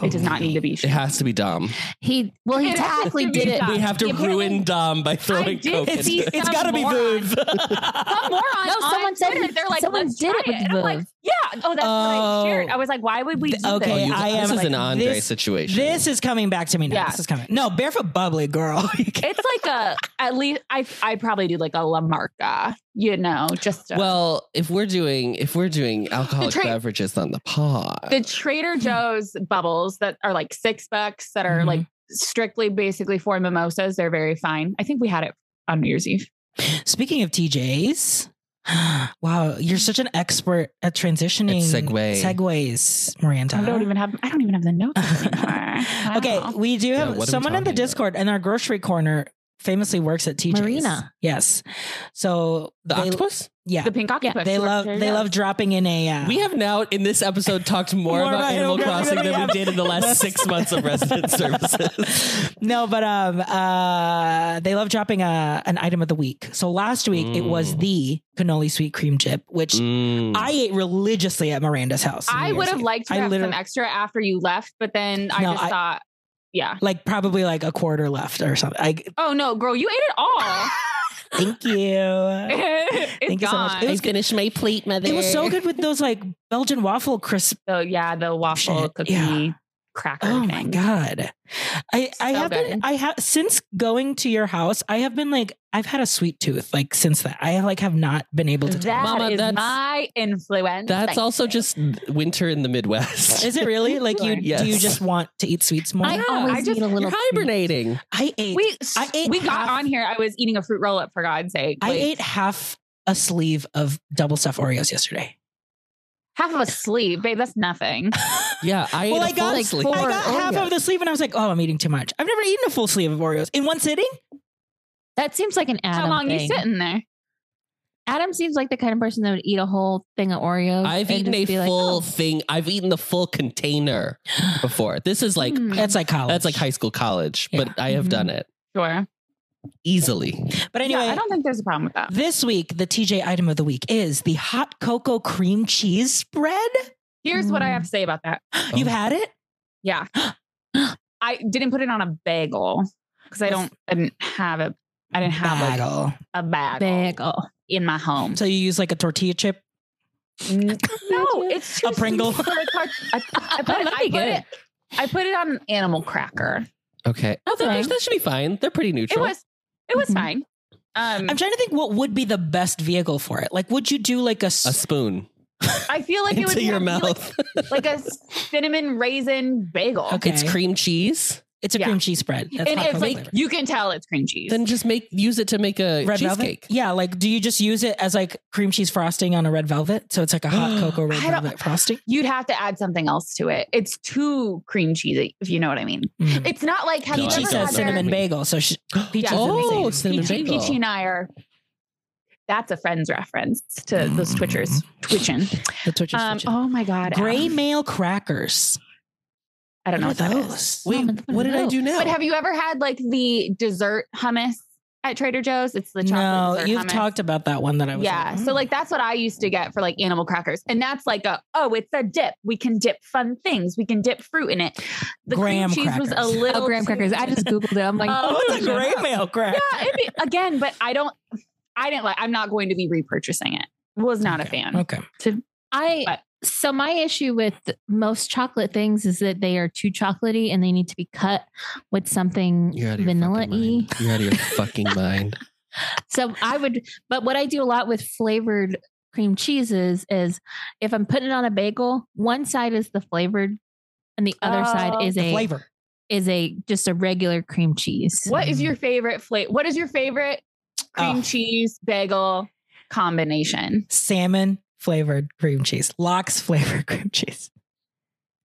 Speaker 4: It does not need to be.
Speaker 3: It has to be Dom.
Speaker 2: he well he
Speaker 4: It has
Speaker 2: technically
Speaker 4: to be
Speaker 2: did it.
Speaker 4: Dom.
Speaker 3: We have to
Speaker 4: Yeah,
Speaker 3: ruin Dom by throwing
Speaker 4: did
Speaker 3: Coke.
Speaker 4: see
Speaker 3: into it.
Speaker 1: it's
Speaker 4: some
Speaker 1: got to be
Speaker 4: moron.
Speaker 1: Viv.
Speaker 4: Some moron.
Speaker 2: No,
Speaker 4: on
Speaker 2: someone said
Speaker 4: Twitter,
Speaker 2: he-
Speaker 4: they're like,
Speaker 2: someone
Speaker 4: let's
Speaker 2: did
Speaker 4: try
Speaker 2: it with
Speaker 4: And I'm like,
Speaker 2: Viv.
Speaker 4: yeah. Oh, that's what I shared.
Speaker 1: Oh.
Speaker 4: I was like, why would we?
Speaker 1: Th-
Speaker 4: do this?
Speaker 1: okay, I am
Speaker 3: This is
Speaker 1: like,
Speaker 3: an Andre
Speaker 1: this-
Speaker 3: situation.
Speaker 1: This is coming back to me now.
Speaker 4: Yeah.
Speaker 1: This is coming. No, barefoot bubbly girl.
Speaker 4: It's like a at least I I probably do like a La Marca, you know, just a,
Speaker 3: well, if we're doing if we're doing alcoholic
Speaker 4: tra-
Speaker 3: beverages on the pod,
Speaker 4: the Trader Joe's bubbles that are like six bucks that are
Speaker 1: Mhm.
Speaker 4: like strictly basically for mimosas. They're very fine. I think we had it on New Year's Eve.
Speaker 1: Speaking of TJs, wow, you're such an expert at transitioning
Speaker 3: It's segue.
Speaker 1: segues, Miranda.
Speaker 4: I don't even have I don't even have the notes anymore.
Speaker 1: okay,
Speaker 4: Wow.
Speaker 1: we do
Speaker 3: what
Speaker 1: have
Speaker 3: are we
Speaker 1: someone in the
Speaker 3: talking about?
Speaker 1: Discord in our grocery corner famously works at TJ's.
Speaker 2: Marina.
Speaker 1: Yes. So
Speaker 3: the
Speaker 1: they-
Speaker 3: octopus.
Speaker 1: Yeah.
Speaker 4: the pink octopus.
Speaker 1: they love
Speaker 4: Trader
Speaker 1: they
Speaker 4: Joe's.
Speaker 1: love dropping in a uh,
Speaker 3: We have now in this episode talked more,
Speaker 1: More
Speaker 3: about,
Speaker 1: about
Speaker 3: Animal
Speaker 1: Animal
Speaker 3: Crossing
Speaker 1: Crossing
Speaker 3: than we
Speaker 1: than
Speaker 3: did in the last six months of resident services.
Speaker 1: No, but um, uh, they love dropping a, an item of the week. So last week it was
Speaker 3: Mm.
Speaker 1: the cannoli sweet cream chip, which
Speaker 3: Mm.
Speaker 1: I ate religiously at Miranda's house. on
Speaker 4: I
Speaker 1: New
Speaker 4: would
Speaker 1: Year's
Speaker 4: have
Speaker 1: Eve.
Speaker 4: liked to
Speaker 1: I
Speaker 4: have some
Speaker 1: literally-
Speaker 4: extra after you left, but then I
Speaker 1: No,
Speaker 4: just
Speaker 1: I-
Speaker 4: thought, yeah.
Speaker 1: like probably like a quarter left or something. I,
Speaker 4: Oh no, girl, you ate it all.
Speaker 1: thank you.
Speaker 4: It's
Speaker 1: Thank you so much.
Speaker 4: gone.
Speaker 1: It was
Speaker 3: finished my plate, mother.
Speaker 1: It was so good with those like Belgian waffle crisp.
Speaker 4: So yeah, the waffle
Speaker 1: Shit,
Speaker 4: cookie
Speaker 1: yeah.
Speaker 4: cracker.
Speaker 1: Oh
Speaker 4: thing.
Speaker 1: my god! I I
Speaker 4: So
Speaker 1: have
Speaker 4: good.
Speaker 1: been I have since going to your house. I have been like I've had a sweet tooth like since that. I like have not been able to.
Speaker 4: That
Speaker 3: Mama,
Speaker 4: is
Speaker 3: that's-
Speaker 4: my influence.
Speaker 3: That's also just winter in the Midwest.
Speaker 1: Is it really like you?
Speaker 3: Yes.
Speaker 1: Do you just want to eat sweets more?
Speaker 2: I
Speaker 3: Yeah,
Speaker 2: always
Speaker 4: I just-
Speaker 2: need a
Speaker 3: You're
Speaker 2: little
Speaker 3: hibernating.
Speaker 1: I ate.
Speaker 4: we
Speaker 1: I ate
Speaker 4: we got
Speaker 1: half-
Speaker 4: on here. I was eating a fruit roll up for God's sake.
Speaker 1: I
Speaker 4: Like,
Speaker 1: ate half a sleeve of double stuffed Oreos yesterday.
Speaker 4: half of a sleeve, babe. That's nothing.
Speaker 3: Yeah, I
Speaker 1: Well,
Speaker 3: ate a
Speaker 1: I got-
Speaker 3: full
Speaker 1: like,
Speaker 3: sleeve.
Speaker 1: I got half of the sleeve and I was like, oh, I'm eating too much. I've never eaten a full sleeve of Oreos in one sitting.
Speaker 2: That seems like an Adam.
Speaker 4: How long
Speaker 2: thing.
Speaker 4: you sitting there?
Speaker 2: Adam seems like the kind of person that would eat a whole thing of Oreos.
Speaker 3: I've
Speaker 2: and
Speaker 3: eaten a
Speaker 2: just be
Speaker 3: full
Speaker 2: like, "Oh,
Speaker 3: thing. I've eaten the full container before. This is like
Speaker 4: Hmm.
Speaker 1: That's like college.
Speaker 3: Mm-hmm. that's like high school, college, but I have
Speaker 2: Mhm.
Speaker 3: done it
Speaker 4: Sure.
Speaker 3: easily.
Speaker 1: But
Speaker 4: Anyway,
Speaker 1: anyway,
Speaker 4: I don't think there's a problem with that.
Speaker 1: this week the TJ item of the week is the hot cocoa cream cheese spread.
Speaker 4: Here's what I
Speaker 2: Mm.
Speaker 4: have to say about that.
Speaker 1: You've
Speaker 3: Oh.
Speaker 1: had it?
Speaker 4: Yeah. I didn't put it on a bagel because I don't I didn't have it. I didn't have like
Speaker 1: Bagel.
Speaker 4: a bagel
Speaker 2: bagel.
Speaker 4: in my home.
Speaker 1: So you use like a tortilla chip?
Speaker 4: no, it's too
Speaker 1: A Pringle.
Speaker 4: sweet for a tart- I, I put, it,
Speaker 2: That'd
Speaker 4: I,
Speaker 2: be
Speaker 4: put
Speaker 2: good.
Speaker 4: it, I put it on an animal cracker.
Speaker 3: Okay. Oh, that,
Speaker 2: Okay.
Speaker 3: that should be fine. They're pretty
Speaker 4: It
Speaker 3: neutral.
Speaker 4: was it was
Speaker 3: Mm-hmm.
Speaker 2: Mhm.
Speaker 4: fine. Um,
Speaker 1: I'm trying to think what would be the best vehicle for it. Like, would you do like a, s-
Speaker 3: a spoon
Speaker 4: I feel like it would
Speaker 3: into your
Speaker 4: have to be like-
Speaker 3: mouth.
Speaker 4: like, a cinnamon raisin bagel.
Speaker 1: Okay.
Speaker 3: It's cream cheese.
Speaker 1: It's a
Speaker 4: yeah.
Speaker 1: cream cheese spread. That's
Speaker 4: and
Speaker 1: hot
Speaker 4: it's
Speaker 1: cocoa
Speaker 4: like
Speaker 1: flavor.
Speaker 4: you can tell it's cream cheese.
Speaker 3: Then just make use it to make a
Speaker 1: red velvet.
Speaker 3: cheesecake.
Speaker 1: Yeah, like do you just use it as like cream cheese frosting on a red velvet? So it's like a hot cocoa red
Speaker 4: I don't-
Speaker 1: velvet frosting.
Speaker 4: You'd have to add something else to it. It's too cream cheesy, if you know what I mean.
Speaker 1: Mm.
Speaker 4: It's not like have you
Speaker 3: Mm-hmm. Peachy
Speaker 1: She
Speaker 4: ever had
Speaker 3: does
Speaker 1: says
Speaker 3: that.
Speaker 4: their-
Speaker 1: cinnamon bagel. So she, peaches
Speaker 3: Oh,
Speaker 1: and
Speaker 3: cinnamon
Speaker 4: Peachy,
Speaker 3: bagel.
Speaker 4: Peachy and I are. That's a friend's reference to those Twitchers.
Speaker 3: Mm-hmm.
Speaker 4: Twitching.
Speaker 1: The Twitch is
Speaker 4: Um,
Speaker 1: Twitchin'.
Speaker 4: oh my God.
Speaker 1: Gray
Speaker 4: Adam.
Speaker 1: male crackers.
Speaker 4: I don't know what
Speaker 1: What
Speaker 4: that
Speaker 1: are
Speaker 4: is.
Speaker 1: those?
Speaker 3: Wait,
Speaker 2: Mom,
Speaker 3: what did I do now?
Speaker 4: But have you ever had like the dessert hummus at Trader Joe's? It's the chocolate.
Speaker 1: no,
Speaker 4: dessert
Speaker 1: you've
Speaker 4: hummus.
Speaker 1: talked about that one that I was. "Hmm."
Speaker 4: Yeah. So like that's what I used to get for like animal crackers. And that's like a oh, it's a dip. We can dip fun things. We can dip fruit in it. The
Speaker 1: Graham
Speaker 4: cream cheese was a
Speaker 1: crackers.
Speaker 4: little
Speaker 2: Oh, graham
Speaker 4: too-
Speaker 2: crackers. I just googled it. I'm like,
Speaker 4: Oh,
Speaker 1: oh,
Speaker 4: it's
Speaker 1: it's a gray male cracker.
Speaker 4: yeah, it'd be, again, but I don't I didn't like I'm not going to be repurchasing it. Was not a fan.
Speaker 1: Okay.
Speaker 2: I. So my issue with most chocolate things is that they are too chocolatey and they need to be cut with something
Speaker 3: You're out of your
Speaker 2: vanilla
Speaker 3: fucking
Speaker 2: y.
Speaker 3: mind. You're out of your fucking mind.
Speaker 2: So I would, but what I do a lot with flavored cream cheeses is if I'm putting it on a bagel, one side is the flavored and the other side
Speaker 4: Oh,
Speaker 2: is
Speaker 1: The
Speaker 2: a
Speaker 1: flavor.
Speaker 2: is a just a regular cream cheese.
Speaker 4: What is
Speaker 1: mm.
Speaker 4: your favorite flavor? What is your favorite cream
Speaker 1: Oh.
Speaker 4: cheese bagel combination?
Speaker 1: Salmon flavored cream cheese. Lox flavored cream cheese.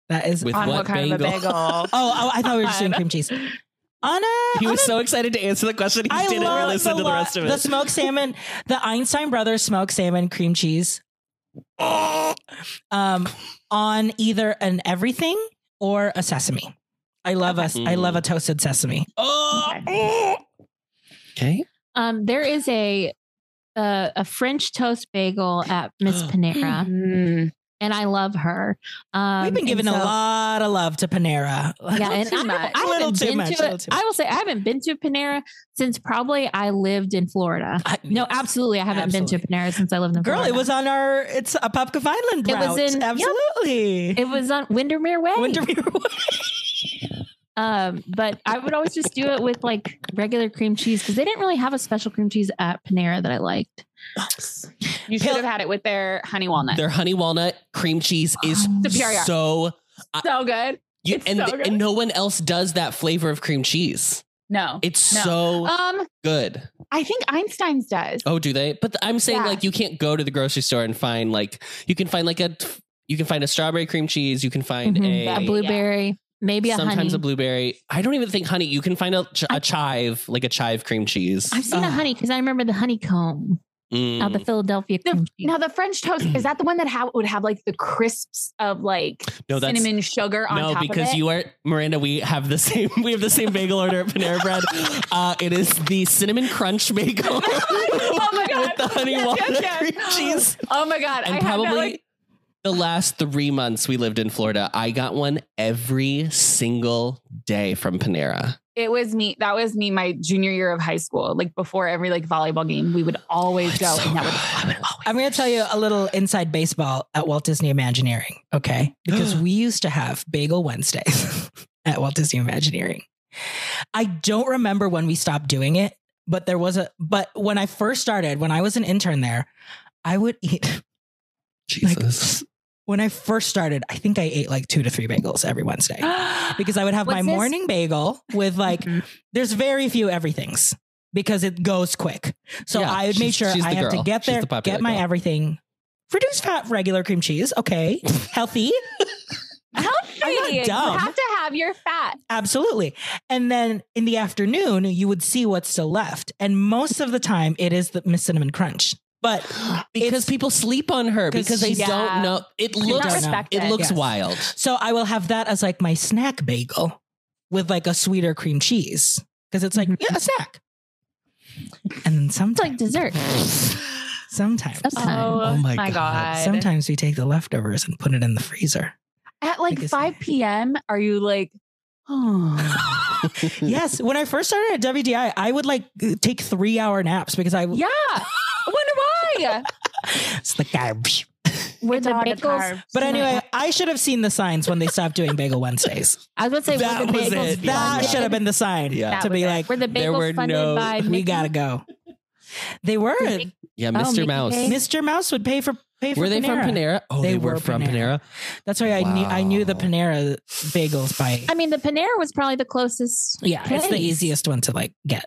Speaker 1: That is.
Speaker 3: With
Speaker 1: on-
Speaker 4: On
Speaker 3: what
Speaker 4: what kind
Speaker 3: bagel?
Speaker 4: of a bagel?
Speaker 2: Uh-huh.
Speaker 1: oh, oh, I thought we were just doing cream cheese. On a.
Speaker 3: He
Speaker 1: on
Speaker 3: was
Speaker 1: a-
Speaker 3: so excited to answer the question. He
Speaker 1: I
Speaker 3: didn't
Speaker 1: love
Speaker 3: listen to the
Speaker 1: lo-
Speaker 3: rest of it.
Speaker 1: The smoked salmon, the Einstein Brothers smoked salmon cream cheese.
Speaker 3: Oh.
Speaker 1: Um, on either an everything or a sesame. I love us. I love
Speaker 3: Mm.
Speaker 1: a toasted sesame. Oh,
Speaker 3: okay.
Speaker 2: Um, there is a uh, a French toast bagel at Miss Panera,
Speaker 4: Mm,
Speaker 2: and I love her. Um,
Speaker 1: we've been
Speaker 2: and
Speaker 1: giving a
Speaker 2: so-
Speaker 1: lot of love to Panera.
Speaker 2: Yeah, and
Speaker 4: Too
Speaker 2: I,
Speaker 4: much.
Speaker 2: I
Speaker 1: A little
Speaker 2: haven't
Speaker 1: too
Speaker 2: been
Speaker 1: much, a
Speaker 2: to
Speaker 1: little
Speaker 2: it.
Speaker 1: too
Speaker 2: I will say I haven't been to Panera since probably I lived in Florida.
Speaker 1: I-
Speaker 2: No, absolutely, I haven't been to
Speaker 1: Mm, Absolutely.
Speaker 2: Panera since I lived in
Speaker 1: Girl,
Speaker 2: Florida.
Speaker 1: it was on our. It's a Popka Island
Speaker 2: It was
Speaker 1: route.
Speaker 2: in- yep.
Speaker 1: absolutely.
Speaker 2: It was on Windermere Way.
Speaker 1: Windermere Way.
Speaker 2: Um, but I would always just do it with like regular cream cheese because they didn't really have a special cream cheese at Panera that I liked.
Speaker 4: you should have had it with their honey walnut.
Speaker 3: Their honey walnut cream cheese is
Speaker 4: Superior.
Speaker 3: so
Speaker 4: so good.
Speaker 3: you,
Speaker 4: Um, It's
Speaker 3: and,
Speaker 4: so
Speaker 3: th-
Speaker 4: good.
Speaker 3: and no one else does that flavor of cream cheese.
Speaker 4: No.
Speaker 3: It's
Speaker 4: No.
Speaker 3: so
Speaker 4: Um,
Speaker 3: good.
Speaker 4: I think Einstein's does.
Speaker 3: Oh, do they? But th- I'm saying
Speaker 4: Yeah.
Speaker 3: like you can't go to the grocery store and find like you can find like a you can find a strawberry cream cheese. You can find
Speaker 4: Mm-hmm.
Speaker 2: Mhm.
Speaker 3: a,
Speaker 2: A
Speaker 4: Yeah,
Speaker 2: blueberry, maybe a
Speaker 3: sometimes
Speaker 2: honey.
Speaker 3: a blueberry. I don't even think honey. You can find a, ch- a chive like a chive cream cheese.
Speaker 2: I've seen a
Speaker 1: Ugh.
Speaker 2: honey because I remember the honeycomb
Speaker 3: Mm.
Speaker 2: out the Philadelphia cream
Speaker 4: The,
Speaker 2: cheese.
Speaker 4: now the French toast is that the one that ha- would have like the crisps of like
Speaker 3: no, that's
Speaker 4: cinnamon sugar on
Speaker 3: no
Speaker 4: top
Speaker 3: because
Speaker 4: of it?
Speaker 3: you are Miranda. We have the same. We have the same bagel order at Panera Bread. Uh, it is the cinnamon crunch bagel.
Speaker 4: Oh my God.
Speaker 3: With the honey
Speaker 4: Yes, yes,
Speaker 3: walnut
Speaker 4: yes.
Speaker 3: cream cheese.
Speaker 4: oh my god! I
Speaker 3: and
Speaker 4: had that,
Speaker 3: probably
Speaker 4: like-
Speaker 3: the last three months we lived in Florida, I got one every single day from Panera.
Speaker 4: it was me. That was me. My junior year of high school, like before every like volleyball game, we would always go. and that would,
Speaker 3: I would always-
Speaker 1: I'm going to tell you a little inside baseball at Walt Disney Imagineering, okay? Because we used to have Bagel Wednesdays at Walt Disney Imagineering. I don't remember when we stopped doing it, but there was a but when I first started, when I was an intern there, I would eat
Speaker 3: Jesus.
Speaker 1: when I first started, I think I ate like 2 to 3 bagels every Wednesday because I would have my
Speaker 2: What's this?
Speaker 1: morning bagel with like
Speaker 4: Mhm.
Speaker 1: there's very few everythings because it goes quick. So
Speaker 3: Yeah,
Speaker 1: I would make
Speaker 3: she's-
Speaker 1: sure
Speaker 3: she's
Speaker 1: I
Speaker 3: the
Speaker 1: have to
Speaker 3: girl.
Speaker 1: get
Speaker 3: She's
Speaker 1: there,
Speaker 3: the popular
Speaker 1: get my
Speaker 3: girl.
Speaker 1: everything, reduce fat regular cream cheese. Okay. Healthy.
Speaker 4: Healthy. You
Speaker 1: dumb.
Speaker 4: have to have your fat.
Speaker 1: Absolutely. And then in the afternoon, you would see what's still left. And most of the time, it is the Miss Cinnamon Crunch. But
Speaker 3: because
Speaker 1: It's-
Speaker 3: people sleep on her because they
Speaker 4: Yeah.
Speaker 3: don't know. It looks
Speaker 1: know.
Speaker 3: it looks
Speaker 1: Yes.
Speaker 3: wild.
Speaker 1: so I will have that as like my snack bagel with like a sweeter cream cheese because it's like,
Speaker 3: Mm-hmm.
Speaker 4: Mhm.
Speaker 1: yeah, a snack. And then
Speaker 2: It's like
Speaker 1: sometimes,
Speaker 2: dessert.
Speaker 1: sometimes,
Speaker 2: Sometimes.
Speaker 3: Oh my
Speaker 1: sometimes we take the leftovers and put it in the freezer.
Speaker 4: At like
Speaker 1: Biggest-
Speaker 4: 5 p.m., are you like, oh,
Speaker 1: yes. When I first started at WDI, I would like take three hour naps because I
Speaker 4: yeah. I wonder why.
Speaker 1: it's the garbage.
Speaker 4: We're
Speaker 2: The
Speaker 4: not a
Speaker 2: bagels-
Speaker 4: carb.
Speaker 1: But anyway, I should have seen the signs when they stopped doing Bagel Wednesdays.
Speaker 2: I was gonna say
Speaker 3: That
Speaker 2: were the
Speaker 3: was
Speaker 2: bagels
Speaker 3: it.
Speaker 2: funded-
Speaker 1: That
Speaker 3: Yeah.
Speaker 1: should have been the sign
Speaker 3: Yeah.
Speaker 1: to
Speaker 4: That
Speaker 1: be
Speaker 4: was it.
Speaker 1: like,
Speaker 2: were the
Speaker 3: There
Speaker 2: bagels
Speaker 3: were
Speaker 2: funded
Speaker 3: no-
Speaker 2: by
Speaker 1: we
Speaker 2: Mickey?
Speaker 1: gotta go. They were.
Speaker 2: Mickey-
Speaker 3: yeah,
Speaker 2: Oh,
Speaker 3: Mr.
Speaker 2: Mickey
Speaker 3: Mouse.
Speaker 2: Mouse.
Speaker 1: Mr. Mouse would pay for pay for.
Speaker 3: Were they from Panera? Oh, they,
Speaker 1: They
Speaker 3: were,
Speaker 1: were
Speaker 3: from Panera.
Speaker 1: Panera. That's why I knew I knew the
Speaker 3: Wow.
Speaker 1: Panera bagels by.
Speaker 2: I mean, the Panera was probably the closest.
Speaker 1: Yeah, it's the
Speaker 2: Nice.
Speaker 1: easiest one to like get.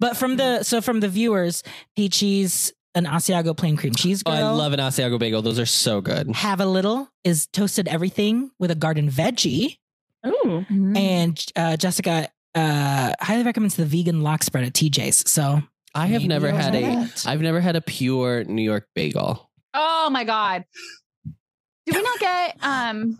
Speaker 1: But from the
Speaker 3: Mm.
Speaker 1: so from the viewers, Peachy's an Asiago plain cream cheese
Speaker 3: Oh,
Speaker 1: girl.
Speaker 3: I love an Asiago bagel. Those are so good.
Speaker 1: Have a little is toasted everything with a garden veggie.
Speaker 2: Ooh.
Speaker 3: Mm-hmm.
Speaker 1: And uh, Jessica uh, highly recommends the vegan lock spread at TJ's. So
Speaker 3: I have
Speaker 1: Maybe
Speaker 3: never
Speaker 1: I'll
Speaker 3: had
Speaker 1: try
Speaker 3: a.
Speaker 1: that.
Speaker 3: have never had a pure New York bagel.
Speaker 4: Oh my God. Did we not get um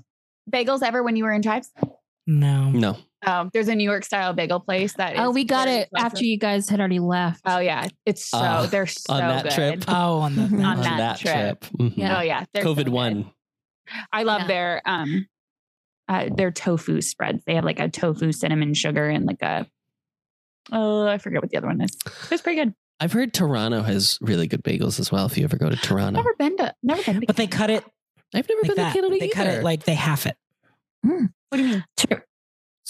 Speaker 4: bagels ever when you were in tribes?
Speaker 1: No.
Speaker 3: No.
Speaker 4: Um, there's a New York style bagel place that
Speaker 2: Oh,
Speaker 4: is
Speaker 2: we got
Speaker 4: very
Speaker 2: it
Speaker 4: expensive.
Speaker 2: after you guys had already left.
Speaker 4: Oh yeah. It's so
Speaker 3: Uh,
Speaker 4: they're so
Speaker 3: on that
Speaker 4: good.
Speaker 3: trip?
Speaker 1: Oh, on the
Speaker 2: On
Speaker 1: on
Speaker 3: on
Speaker 1: the-
Speaker 4: that
Speaker 3: that trip.
Speaker 4: trip.
Speaker 3: Mhm.
Speaker 2: Yeah.
Speaker 4: Oh yeah. they're so
Speaker 3: COVID
Speaker 4: good.
Speaker 3: one.
Speaker 4: I love
Speaker 2: Yeah.
Speaker 4: their um uh, their tofu spreads. They have like a tofu cinnamon sugar and like a oh I forget what the other one is. It's pretty good.
Speaker 3: I've heard Toronto has really good bagels as well. If you ever go to Toronto,
Speaker 4: Never been to never been to
Speaker 1: But they cut it
Speaker 3: I've never
Speaker 1: like
Speaker 3: been
Speaker 1: that.
Speaker 3: to Canada
Speaker 1: They cut
Speaker 3: either.
Speaker 1: it like they half it.
Speaker 3: Hmm.
Speaker 4: what do you mean?
Speaker 2: True.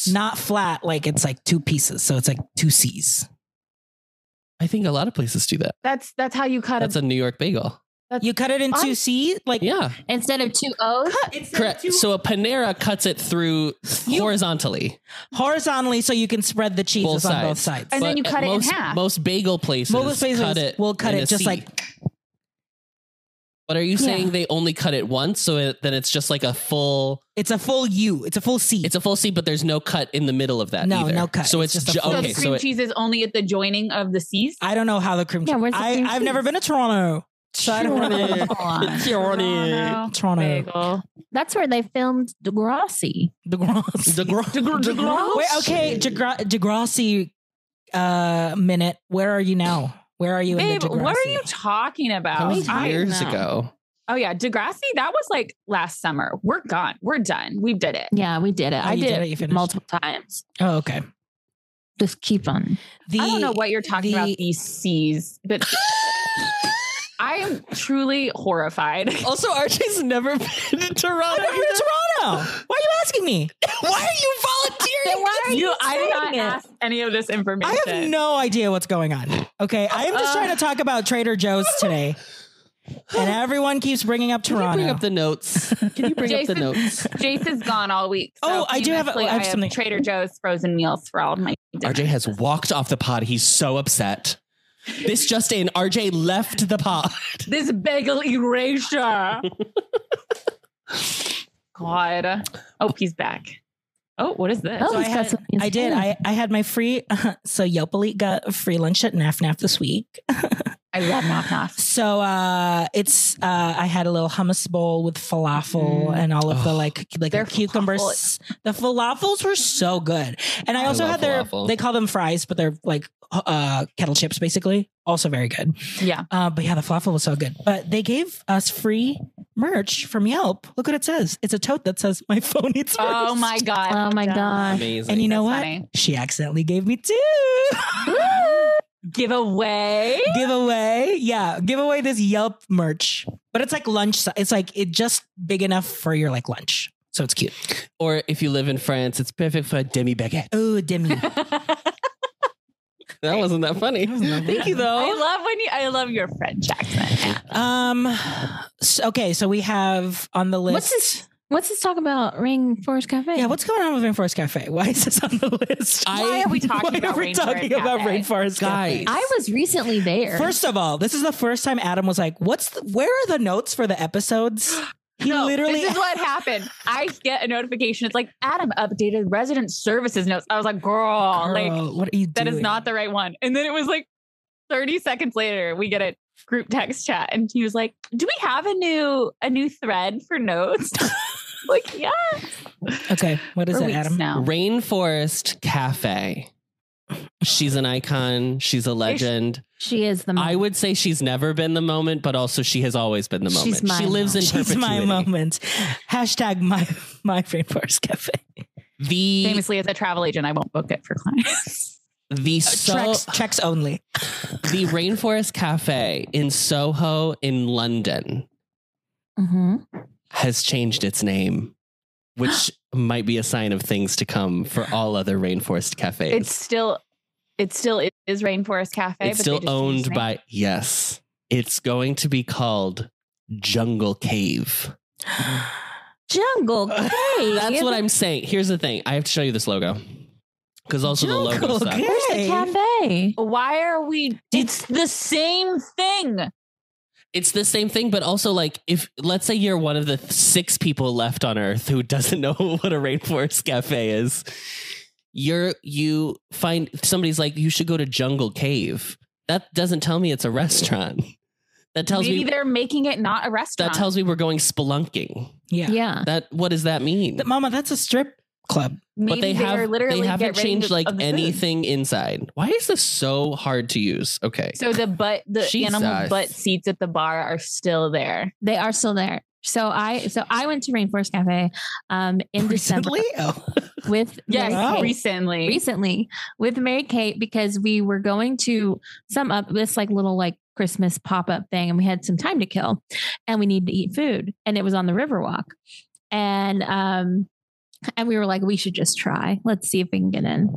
Speaker 1: Not flat, like it's like two pieces. So it's like two C's.
Speaker 3: I think a lot of places do that.
Speaker 4: That's that's how you cut
Speaker 3: That's
Speaker 4: a
Speaker 3: a New York bagel.
Speaker 1: You cut it in
Speaker 4: I'm-
Speaker 1: two C, like
Speaker 3: Yeah,
Speaker 2: Instead of two O's.
Speaker 3: correct. So a Panera cuts it through
Speaker 1: You-
Speaker 3: horizontally.
Speaker 1: horizontally so you can spread the cheeses
Speaker 3: Both
Speaker 1: on both sides.
Speaker 4: And then you cut it in
Speaker 3: most,
Speaker 4: half.
Speaker 3: Most bagel places,
Speaker 1: Most places
Speaker 3: cut it.
Speaker 1: will cut
Speaker 3: in
Speaker 1: it
Speaker 3: a
Speaker 1: just
Speaker 3: C.
Speaker 1: like-
Speaker 3: But are you
Speaker 2: Yeah.
Speaker 3: saying they only cut it once, so it, then it's just like a full?
Speaker 1: It's a full U. It's a full C.
Speaker 3: It's a full C, but there's no cut in the middle of that.
Speaker 1: No,
Speaker 3: either.
Speaker 1: no cut.
Speaker 3: So it's,
Speaker 1: It's just a
Speaker 3: ju-
Speaker 1: full-
Speaker 4: so
Speaker 3: okay.
Speaker 4: the cream
Speaker 3: So it,
Speaker 4: cheese is only at the joining of the C's.
Speaker 1: I don't know how the cream.
Speaker 2: Yeah, where's the
Speaker 1: I,
Speaker 2: cream
Speaker 1: I've never
Speaker 2: cheese?
Speaker 1: been to Toronto. So I don't know.
Speaker 4: Toronto
Speaker 1: Toronto.
Speaker 4: bagel.
Speaker 2: That's where they filmed Degrassi.
Speaker 1: DeGrasse.
Speaker 3: DeGra-
Speaker 4: DeGrasse.
Speaker 1: Wait, okay, DeGra- DeGrassi uh, minute. Where are you now? Where are you in
Speaker 4: Babe,
Speaker 1: the DeGrassi?
Speaker 4: what are you talking
Speaker 3: that
Speaker 4: about?
Speaker 3: was
Speaker 4: I
Speaker 3: years
Speaker 4: know.
Speaker 3: ago.
Speaker 4: Oh yeah, Degrassi. That was like last summer. We're gone. We're done. We did it.
Speaker 2: Yeah, we did it.
Speaker 1: Oh,
Speaker 2: I
Speaker 1: you
Speaker 2: did,
Speaker 1: did it, you
Speaker 2: it,
Speaker 1: finished.
Speaker 2: multiple times.
Speaker 1: Oh, okay.
Speaker 2: Just keep on.
Speaker 1: The,
Speaker 4: I don't know what you're talking
Speaker 1: the-
Speaker 4: about these C's, but I am truly horrified.
Speaker 3: Also, RJ's never been to Toronto.
Speaker 1: I've never been to Toronto. Why are you asking me?
Speaker 3: Why are you volunteering?
Speaker 4: you, I did
Speaker 1: saying
Speaker 4: not
Speaker 1: it?
Speaker 4: ask any of this information.
Speaker 1: I have no idea what's going on. Okay, I am just
Speaker 4: Uh.
Speaker 1: trying to talk about Trader Joe's today, and everyone keeps bringing up
Speaker 3: Can you
Speaker 1: Toronto.
Speaker 3: bring up the notes? Can you bring up the
Speaker 4: Jason-
Speaker 3: notes?
Speaker 4: Jace is gone all week.
Speaker 1: Oh, I do have a-
Speaker 4: famously,
Speaker 1: I have something.
Speaker 4: Trader Joe's frozen meals for all of my. dinners.
Speaker 3: RJ has walked off the pod. He's so upset. This just in, RJ left the pod.
Speaker 4: this bagel erasure. God. Oh, he's back. Oh, what is this?
Speaker 2: Oh,
Speaker 1: So I
Speaker 2: he's got
Speaker 1: had-
Speaker 2: some- he's
Speaker 1: I did.
Speaker 2: got-
Speaker 1: I, I had my free. so Yelp Elite got a free lunch at NAF NAF this week.
Speaker 4: I love Knock Knock.
Speaker 1: So uh, it's uh, I had a little hummus bowl with falafel
Speaker 4: Mm.
Speaker 1: and all of the
Speaker 3: Ugh.
Speaker 1: like cu- like
Speaker 4: Their
Speaker 1: the cucumbers. The falafels were so good, and I
Speaker 3: I
Speaker 1: also
Speaker 3: love
Speaker 1: had their
Speaker 3: falafel.
Speaker 1: they call them fries, but they're like uh, kettle chips basically. Also very good.
Speaker 4: Yeah.
Speaker 1: Uh, but yeah, the falafel was so good. But they gave us free merch from Yelp. Look what it says. It's a tote that says "My phone needs."
Speaker 4: Oh
Speaker 1: merch."
Speaker 4: my God.
Speaker 2: Oh my gosh.
Speaker 3: Amazing.
Speaker 1: And you know what?
Speaker 4: That's funny.
Speaker 1: She accidentally gave me two.
Speaker 4: Giveaway.
Speaker 1: giveaway. Yeah, giveaway this Yelp merch. But it's like lunch. si- It's like it just big enough for your like lunch. So it's cute.
Speaker 3: or if you live in France, it's perfect for a demi baguette.
Speaker 1: Oh, Demi.
Speaker 3: That wasn't that funny. Thank you
Speaker 4: I
Speaker 3: though.
Speaker 4: love when you. I love your French accent.
Speaker 1: um s- okay, so we have on the list
Speaker 2: What's this? What's this talk about? Ring Forest Cafe.
Speaker 1: Yeah, what's going on with Rainforest Cafe? Why is this on the list?
Speaker 3: I-
Speaker 4: Why are we talking
Speaker 1: Why
Speaker 4: about
Speaker 1: are we
Speaker 4: Rainforest
Speaker 1: talking about
Speaker 4: Cafe?
Speaker 1: Rainforest Cafe?
Speaker 3: Guys.
Speaker 2: I was recently there.
Speaker 1: First of all, this is the first time Adam was like, "What's the, where are the notes for the episodes?" He
Speaker 4: No,
Speaker 1: literally
Speaker 4: This is what happened. I get a notification. It's like Adam updated resident services notes. I was like, girl, like
Speaker 1: Girl, what are you
Speaker 4: that
Speaker 1: doing?
Speaker 4: is not the right one. And then it was like 30 seconds later, we get a group text chat, and he was like, "Do we have a new a new thread for notes?" like, yeah.
Speaker 1: okay. What is
Speaker 4: for
Speaker 1: it,
Speaker 4: weeks
Speaker 1: Adam?
Speaker 4: Now.
Speaker 3: Rainforest Cafe. She's an icon. She's a legend.
Speaker 2: she is the
Speaker 3: I
Speaker 2: mom.
Speaker 3: would say she's never been the moment, but also she has always been the
Speaker 2: She's my
Speaker 3: moment. she lives in
Speaker 1: She's my
Speaker 3: perpetuity.
Speaker 1: moment. Hashtag my my Rainforest Cafe.
Speaker 3: The
Speaker 4: Famously, as a travel agent, I won't book it for clients.
Speaker 3: the so
Speaker 1: checks checks only.
Speaker 3: the Rainforest Cafe in Soho in London
Speaker 2: Mhm.
Speaker 3: has changed its name, which might be a sign of things to come for all other Rainforest Cafes.
Speaker 4: it's still, it still is Rainforest Cafe.
Speaker 3: It's
Speaker 4: but they just
Speaker 3: still
Speaker 4: changed the
Speaker 3: owned
Speaker 4: name.
Speaker 3: by yes. It's going to be called Jungle Cave.
Speaker 2: Jungle Cave.
Speaker 3: That's what I'm saying. Here's the thing. I have to show you this logo. Because also the logo
Speaker 1: Jungle
Speaker 3: sucks.
Speaker 2: Where's the
Speaker 1: Hey.
Speaker 2: cafe?
Speaker 4: Why are we? It's the same thing.
Speaker 3: It's the same thing, but also like if let's say you're one of the th- six people left on Earth who doesn't know what a rainforest cafe is. You're you find somebody's like you should go to Jungle Cave. That doesn't tell me it's a restaurant. That tells
Speaker 4: Maybe
Speaker 3: me
Speaker 4: they're making it not a restaurant.
Speaker 3: that tells me we're going spelunking.
Speaker 1: Yeah.
Speaker 2: Yeah.
Speaker 3: That what does that mean?
Speaker 1: Th- Mama, that's a strip club.
Speaker 4: Maybe
Speaker 3: but they,
Speaker 4: are
Speaker 3: have
Speaker 4: literally
Speaker 3: they haven't
Speaker 4: get rid
Speaker 3: changed
Speaker 4: of-
Speaker 3: like
Speaker 4: of the food.
Speaker 3: anything inside. Why is this so hard to use? Okay,
Speaker 4: So the butt, the animal
Speaker 3: Jesus.
Speaker 4: butt seats at the bar are still there.
Speaker 2: They are still there. So I so I went to Rainforest Cafe um in
Speaker 1: Recently? Oh.
Speaker 2: December with
Speaker 4: Yes,
Speaker 2: Mary
Speaker 1: Wow.
Speaker 2: Kay.
Speaker 4: recently.
Speaker 2: recently with Mary Kate because we were going to some up this like little like Christmas pop up thing and we had some time to kill and we needed to eat food and it was on the Riverwalk and um and we were like we should just try let's see if we can get in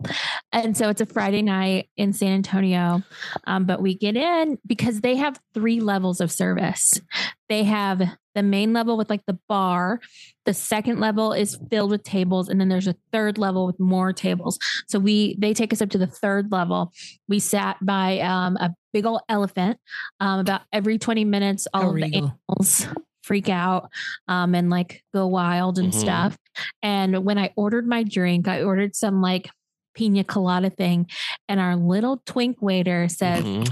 Speaker 2: and so it's a Friday night in San Antonio um, but we get in because they have three levels of service they have the main level with like the bar the second level is filled with tables and then there's a third level with more tables so we they take us up to the third level. We sat by um, a big old elephant. Um, about every twenty minutes,
Speaker 4: Oh,
Speaker 2: all
Speaker 1: How
Speaker 2: of the
Speaker 1: regal.
Speaker 2: animals freak out um, and like go wild and
Speaker 3: Mhm.
Speaker 2: stuff. And when I ordered my drink, I ordered some like pina colada thing, and our little twink waiter said,
Speaker 3: Mhm.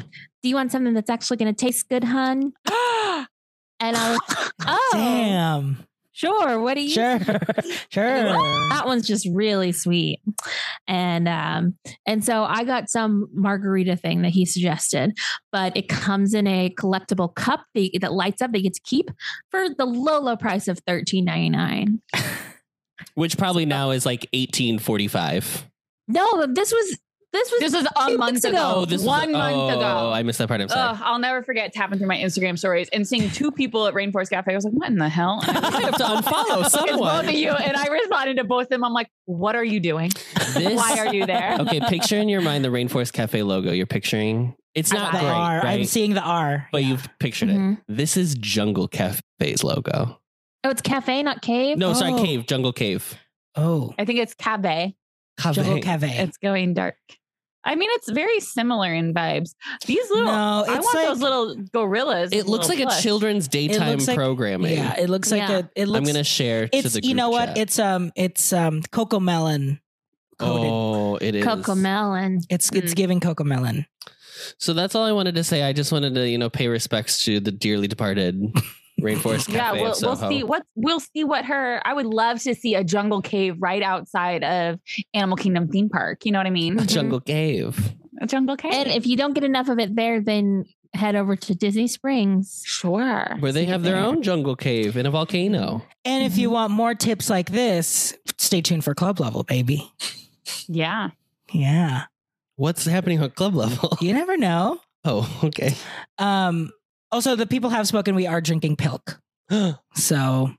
Speaker 2: "Do you want something that's actually going to taste good, hun?" And I was, "Oh,
Speaker 1: Damn.
Speaker 2: sure. What do you
Speaker 1: Sure. Sure.
Speaker 2: that one's just really sweet and um and so i got some margarita thing that he suggested but it comes in a collectible cup that, that lights up that you get to keep for the low low price of $13.99
Speaker 3: which probably now is like eighteen forty-five.
Speaker 2: no but this was this was
Speaker 4: This was a
Speaker 2: Two
Speaker 4: month
Speaker 2: weeks
Speaker 4: ago.
Speaker 2: ago.
Speaker 3: Oh, this was-
Speaker 4: One month
Speaker 3: oh,
Speaker 4: ago.
Speaker 3: I missed that part. I'm sorry.
Speaker 4: Ugh, I'll never forget tapping through my Instagram stories and seeing two people at Rainforest Cafe. I was like, what in the hell? And
Speaker 3: I have to
Speaker 4: I-
Speaker 3: unfollow
Speaker 4: It's both of
Speaker 3: someone.
Speaker 4: you. And I responded to both of them. I'm like, what are you doing?
Speaker 3: This-
Speaker 4: Why are you there?
Speaker 3: okay, picture in your mind the Rainforest Cafe logo. You're picturing it's
Speaker 4: I
Speaker 3: not
Speaker 1: the
Speaker 4: got
Speaker 3: great,
Speaker 4: it.
Speaker 1: R. I'm
Speaker 3: right?
Speaker 1: seeing the R.
Speaker 3: but you've pictured it.
Speaker 2: Mhm.
Speaker 3: This is Jungle Cafe's logo.
Speaker 2: oh it's cafe not cave
Speaker 3: No, sorry,
Speaker 1: Oh.
Speaker 3: cave, Jungle Cave.
Speaker 1: Oh.
Speaker 4: I think it's Cafe.
Speaker 1: Jungle
Speaker 3: Cafe.
Speaker 1: Cafe.
Speaker 4: It's going dark. I mean, it's very similar in vibes. These little,
Speaker 1: No,
Speaker 4: I
Speaker 1: it's
Speaker 4: want
Speaker 1: like
Speaker 4: those little gorillas.
Speaker 3: It looks like
Speaker 4: little
Speaker 3: a
Speaker 4: plush.
Speaker 3: children's daytime
Speaker 1: like-
Speaker 3: programming.
Speaker 1: yeah, it looks like
Speaker 2: Yeah.
Speaker 1: a. It looks.
Speaker 3: I'm gonna share to
Speaker 1: it's
Speaker 3: the group
Speaker 1: you know what?
Speaker 3: chat.
Speaker 1: It's um. It's um. Cocoa melon coated.
Speaker 3: Oh, it is.
Speaker 2: coco melon
Speaker 1: It's it's
Speaker 4: Mm.
Speaker 1: giving cocoa melon.
Speaker 3: So that's all I wanted to say. I just wanted to, you know, pay respects to the dearly departed Rainforest Cafe
Speaker 4: Yeah, we'll,
Speaker 3: of
Speaker 4: we'll
Speaker 3: Soho.
Speaker 4: see what we'll see what her. I would love to see a jungle cave right outside of Animal Kingdom theme park. You know what I mean?
Speaker 3: Jungle Cave.
Speaker 4: A jungle cave.
Speaker 2: and if you don't get enough of it there then head over to disney springs
Speaker 4: sure.
Speaker 3: Where they
Speaker 2: See
Speaker 3: have
Speaker 2: you
Speaker 3: their
Speaker 2: there.
Speaker 3: own jungle cave in a volcano.
Speaker 1: And if
Speaker 3: Mm-hmm.
Speaker 1: you want more tips like this, stay tuned for club level, baby.
Speaker 4: Yeah.
Speaker 1: Yeah,
Speaker 3: What's happening on club level?
Speaker 1: you never know.
Speaker 3: Oh, okay.
Speaker 1: Um. Also, the people have spoken. We are drinking pilk. So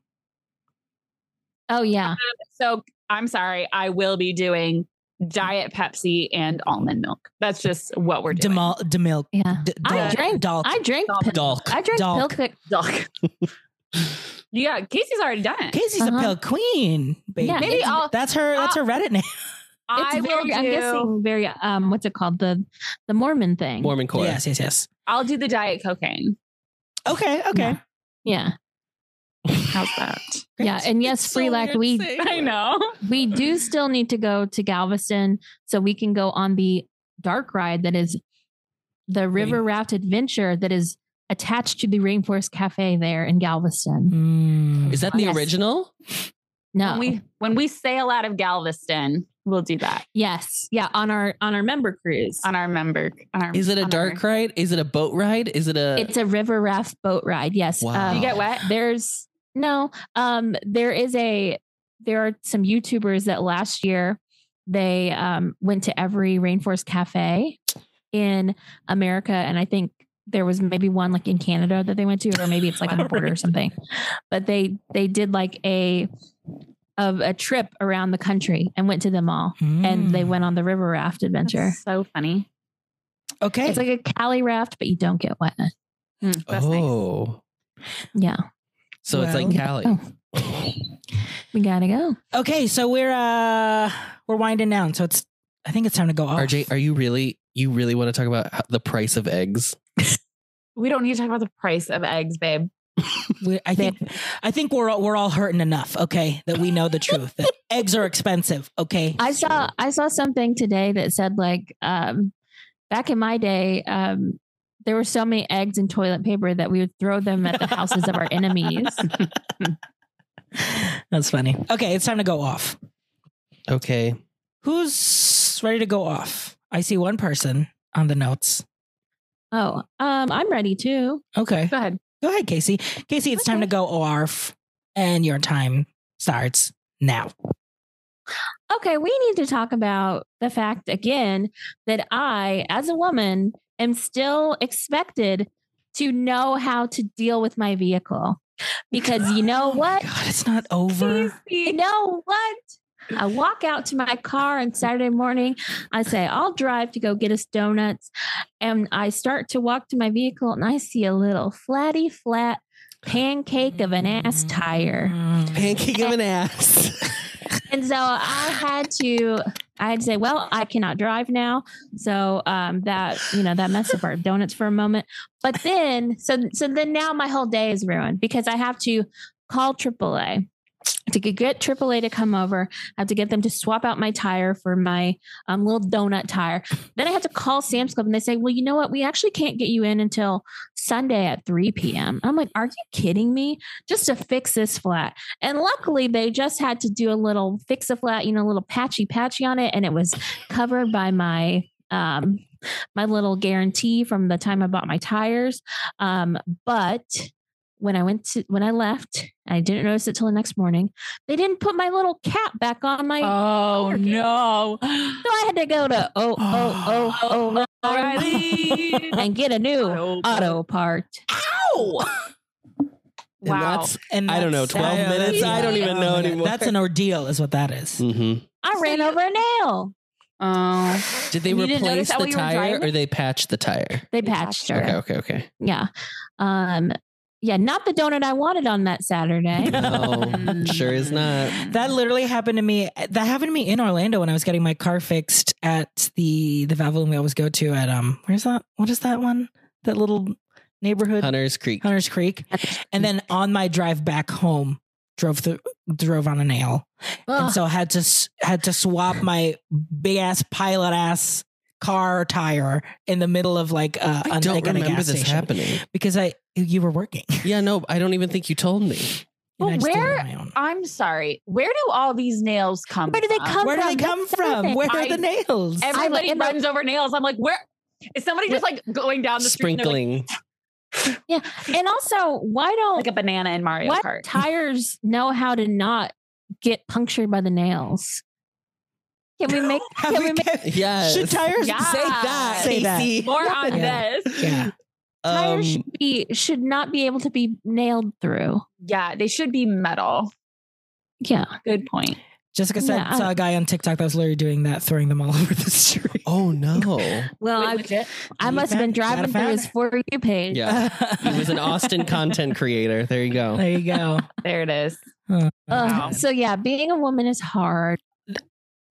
Speaker 2: oh yeah
Speaker 4: So I'm sorry. I will be doing diet Pepsi and almond milk. That's just what we're doing.
Speaker 1: demil demilk.
Speaker 2: yeah
Speaker 1: D-
Speaker 2: I
Speaker 1: dol-
Speaker 2: drank-
Speaker 1: Dolk.
Speaker 2: i drank
Speaker 4: Dolphin.
Speaker 2: pil-
Speaker 3: Dalk.
Speaker 2: i drank
Speaker 1: Dolk.
Speaker 2: pilk
Speaker 4: Dog. Yeah, Casey's already done it.
Speaker 1: Casey's a
Speaker 2: Uh-huh.
Speaker 1: pill queen, baby.
Speaker 2: Yeah.
Speaker 4: Maybe I'll-
Speaker 1: that's her. That's her Reddit name.
Speaker 4: I will
Speaker 2: very, I'm
Speaker 4: do-
Speaker 2: guessing very um what's it called? The the Mormon thing.
Speaker 3: Mormon core.
Speaker 1: Yes, yes, yes.
Speaker 4: I'll do the diet cocaine.
Speaker 1: Okay, okay.
Speaker 2: Yeah. Yeah.
Speaker 4: How's that?
Speaker 2: Yeah, and yes,
Speaker 1: It's
Speaker 2: free
Speaker 1: weird
Speaker 2: lact weed.
Speaker 1: saying
Speaker 4: I
Speaker 1: that.
Speaker 4: know.
Speaker 2: We do still need to go to Galveston so we can go on the dark ride that is the river raft adventure that is attached to the Rainforest Cafe there in Galveston.
Speaker 1: Mm.
Speaker 3: Is that the
Speaker 2: Yes.
Speaker 3: original?
Speaker 2: No.
Speaker 4: When we when we sail out of Galveston, we'll do that
Speaker 2: yes. Yeah, on our on our member cruise.
Speaker 4: on our member. On our,
Speaker 3: Is it a
Speaker 4: on
Speaker 3: dark ride? Is it a boat ride? Is it a?
Speaker 2: it's a river raft boat ride. Yes.
Speaker 3: Wow.
Speaker 4: Our,
Speaker 2: Um,
Speaker 4: you get wet.
Speaker 2: there's no um there is a there are some youtubers that last year they um went to every rainforest cafe in america and i think there was maybe one like in canada that they went to or maybe it's like on the border or something but they they did like a of a trip around the country and went to them all and they
Speaker 1: Mm.
Speaker 2: went on the river raft adventure
Speaker 4: That's so funny.
Speaker 1: Okay.
Speaker 2: it's like a cali raft but you don't get wet
Speaker 4: Mm, that's nice.
Speaker 3: oh,
Speaker 2: yeah
Speaker 3: so it's like
Speaker 1: Well-
Speaker 3: Cali.
Speaker 2: we gotta go
Speaker 1: okay, so we're uh we're winding down. So it's I think it's time to go off.
Speaker 3: RJ, are you really? You really want to talk about how- the price of eggs?
Speaker 4: We don't need to talk about the price of eggs, babe.
Speaker 1: We- I think I think we're all, we're all hurting enough. Okay, that we know the truth. that eggs are expensive. Okay.
Speaker 2: I saw I saw something today that said like um back in my day um there were so many eggs in toilet paper that we would throw them at the houses of our enemies.
Speaker 1: That's funny. Okay, it's time to go off.
Speaker 3: Okay.
Speaker 1: Who's ready to go off? I see one person on the notes.
Speaker 2: Oh, um I'm ready too.
Speaker 1: Okay.
Speaker 4: Go ahead.
Speaker 1: Go ahead, Casey. Casey, it's time to
Speaker 2: Okay.
Speaker 1: go off and your time starts now.
Speaker 2: Okay, we need to talk about the fact again that I as a woman am still expected to know how to deal with my vehicle. Because you
Speaker 1: Oh
Speaker 2: know what?
Speaker 1: God, it's not over.
Speaker 2: you know what? I walk out to my car on Saturday morning. I say, I'll drive to go get us donuts. And I start to walk to my vehicle and I see a little flatty flat pancake of an ass tire.
Speaker 1: Mm.
Speaker 3: Pancake of an ass.
Speaker 2: And so I had to I had to say, well, I cannot drive now. So um that, you know, that messed up our donuts for a moment. But then so so then now my whole day is ruined because I have to call AAA to g- get AAA to come over. I have to get them to swap out my tire for my um, little donut tire. Then I have to call Sam's Club and they say, well, you know what? We actually can't get you in until Sunday at 3 p.m. I'm like, are you kidding me? Just to fix this flat. And luckily, they just had to do a little fix a flat, you know, a little patchy patchy on it. And it was covered by my. Um, my little guarantee from the time I bought my tires. Um, but when I went to when I left, I didn't notice it till the next morning. They didn't put my little cap back on my
Speaker 4: Oh
Speaker 2: Target.
Speaker 4: no.
Speaker 2: so I had to go to oh oh oh oh
Speaker 4: Alrighty.
Speaker 2: and get a new
Speaker 4: Auto.
Speaker 2: auto part.
Speaker 3: And
Speaker 4: Wow.
Speaker 3: that's-
Speaker 1: And
Speaker 3: I don't know,
Speaker 1: that's-
Speaker 3: 12
Speaker 1: that's-
Speaker 3: minutes?
Speaker 4: I don't
Speaker 3: even
Speaker 1: Oh
Speaker 3: know
Speaker 1: my God,
Speaker 3: anymore.
Speaker 1: That's an ordeal, is what that is.
Speaker 3: Mhm.
Speaker 2: I
Speaker 4: So
Speaker 2: ran
Speaker 4: you-
Speaker 2: over a nail.
Speaker 4: Oh.
Speaker 3: Did they
Speaker 4: You didn't
Speaker 3: replace
Speaker 4: notice that
Speaker 3: the
Speaker 4: while you were
Speaker 3: tire or
Speaker 4: driving?
Speaker 3: they patched the tire?
Speaker 2: They patched her.
Speaker 3: Okay, okay, okay.
Speaker 2: Yeah. Um yeah, not the donut I wanted on that Saturday.
Speaker 4: Oh,
Speaker 3: No, sure
Speaker 4: mm.
Speaker 3: is not.
Speaker 1: That literally happened to me. That happened to me in Orlando when I was getting my car fixed at the the Valvoline we always go to at um where's that what is that one that little neighborhood
Speaker 3: Hunter's Creek.
Speaker 1: Hunter's Creek and then on my drive back home drove through drove on a nail and
Speaker 2: Ugh.
Speaker 1: so had to s- had to swap my big ass pilot ass car tire in the middle of like uh,
Speaker 3: I
Speaker 1: on-
Speaker 3: don't
Speaker 1: like, on a
Speaker 3: remember
Speaker 1: gas
Speaker 3: this
Speaker 1: station
Speaker 3: happening.
Speaker 1: because I you were working.
Speaker 3: Yeah, no, I don't even think you told me.
Speaker 1: And I just did it on
Speaker 4: Where-
Speaker 1: my own.
Speaker 4: I'm sorry. Where do all these nails come
Speaker 2: Where do they
Speaker 4: from?
Speaker 2: come
Speaker 1: Where do they
Speaker 2: from?
Speaker 1: come
Speaker 2: That's the
Speaker 1: from?
Speaker 2: thing.
Speaker 1: Where are
Speaker 4: I-
Speaker 1: the nails?
Speaker 4: Everybody
Speaker 2: in the-
Speaker 4: runs over nails. I'm like, where is somebody just like going down the street and they're, like,
Speaker 3: Sprinkling.
Speaker 2: And also, why don't
Speaker 4: like a banana in Mario
Speaker 2: what
Speaker 4: Kart?
Speaker 2: tires know how to not get punctured by the nails? Can we make
Speaker 1: Have
Speaker 2: can
Speaker 1: we
Speaker 2: we make
Speaker 1: kept-
Speaker 3: Yes.
Speaker 1: Should tires
Speaker 4: Yeah.
Speaker 1: say that? Say that.
Speaker 4: More on
Speaker 1: Yeah.
Speaker 4: this.
Speaker 1: Yeah.
Speaker 2: tires
Speaker 3: Um,
Speaker 2: should be should not be able to be nailed through?
Speaker 4: Yeah, they should be metal.
Speaker 2: Yeah.
Speaker 4: Good point.
Speaker 1: Jessica said
Speaker 2: Yeah.
Speaker 1: saw a guy on TikTok that was literally doing that, throwing them all over the street.
Speaker 3: Oh no.
Speaker 2: Well,
Speaker 4: Wait,
Speaker 2: I,
Speaker 4: legit?
Speaker 2: I
Speaker 1: you
Speaker 2: must have
Speaker 1: found- gotta
Speaker 2: been driving through
Speaker 1: found
Speaker 2: his
Speaker 1: her.
Speaker 2: for you page.
Speaker 3: Yeah. He was an Austin content creator. There you go.
Speaker 1: There you go.
Speaker 4: There it is.
Speaker 2: Ugh.
Speaker 4: Wow.
Speaker 2: So yeah, being a woman is hard.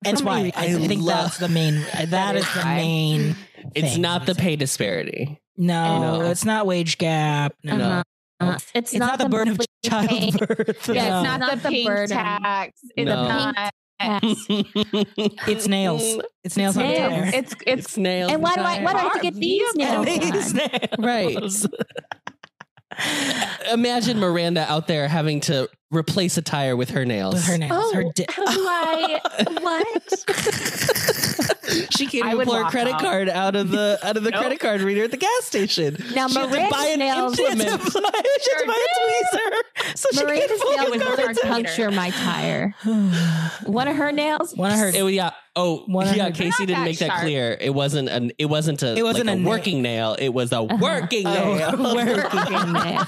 Speaker 1: That's why I,
Speaker 3: I
Speaker 1: think
Speaker 3: love-
Speaker 1: that's the main. That
Speaker 4: That
Speaker 1: is
Speaker 4: is
Speaker 1: the
Speaker 4: why.
Speaker 1: main.
Speaker 3: It's
Speaker 1: Thing.
Speaker 3: not the pay disparity.
Speaker 1: No,
Speaker 3: No.
Speaker 1: it's not wage gap. No,
Speaker 3: No.
Speaker 2: Uh-huh. It's,
Speaker 1: it's not, the burden of
Speaker 2: pain.
Speaker 1: childbirth.
Speaker 2: Yeah,
Speaker 1: No.
Speaker 4: it's not, the, pink
Speaker 2: burden.
Speaker 4: tax. It's
Speaker 3: No.
Speaker 4: not.
Speaker 2: Yes.
Speaker 1: It's
Speaker 3: it's
Speaker 1: nails. It's nails on the
Speaker 2: It's Mm. nails.
Speaker 1: tire.
Speaker 4: It's it's
Speaker 3: It's nails.
Speaker 2: and why do I why do I have to
Speaker 4: Are
Speaker 2: get these
Speaker 4: these
Speaker 2: nails?
Speaker 4: nails?
Speaker 2: done?
Speaker 3: Right. Imagine Miranda out there having to replace a tire with her nails.
Speaker 1: With her nails.
Speaker 2: Oh,
Speaker 1: Her di-
Speaker 2: how do I? What?
Speaker 3: she can't
Speaker 4: I
Speaker 3: even
Speaker 4: would
Speaker 3: pull her
Speaker 4: walk
Speaker 3: credit
Speaker 4: out.
Speaker 3: card out of the out of the credit card reader at the gas station.
Speaker 2: Now
Speaker 3: she had to
Speaker 2: Miranda's
Speaker 3: buy an
Speaker 2: nails,
Speaker 3: she had to buy- she had to buy a tweezer. So she
Speaker 2: Miranda's
Speaker 3: could pull her
Speaker 2: nails
Speaker 4: card
Speaker 2: would
Speaker 4: out.
Speaker 2: puncture my tire. One of her nails.
Speaker 1: One of her-
Speaker 3: It was, yeah. Oh,
Speaker 1: One
Speaker 3: yeah.
Speaker 1: hundred-
Speaker 3: Casey
Speaker 4: Not
Speaker 3: didn't
Speaker 4: that
Speaker 3: make that
Speaker 4: sharp.
Speaker 3: clear. It wasn't an. It wasn't a.
Speaker 1: It wasn't
Speaker 3: like
Speaker 1: a
Speaker 3: a,
Speaker 1: nail.
Speaker 3: working nail. It was a
Speaker 2: Uh-huh.
Speaker 3: working
Speaker 1: Oh,
Speaker 3: nail.
Speaker 2: Freaking nail.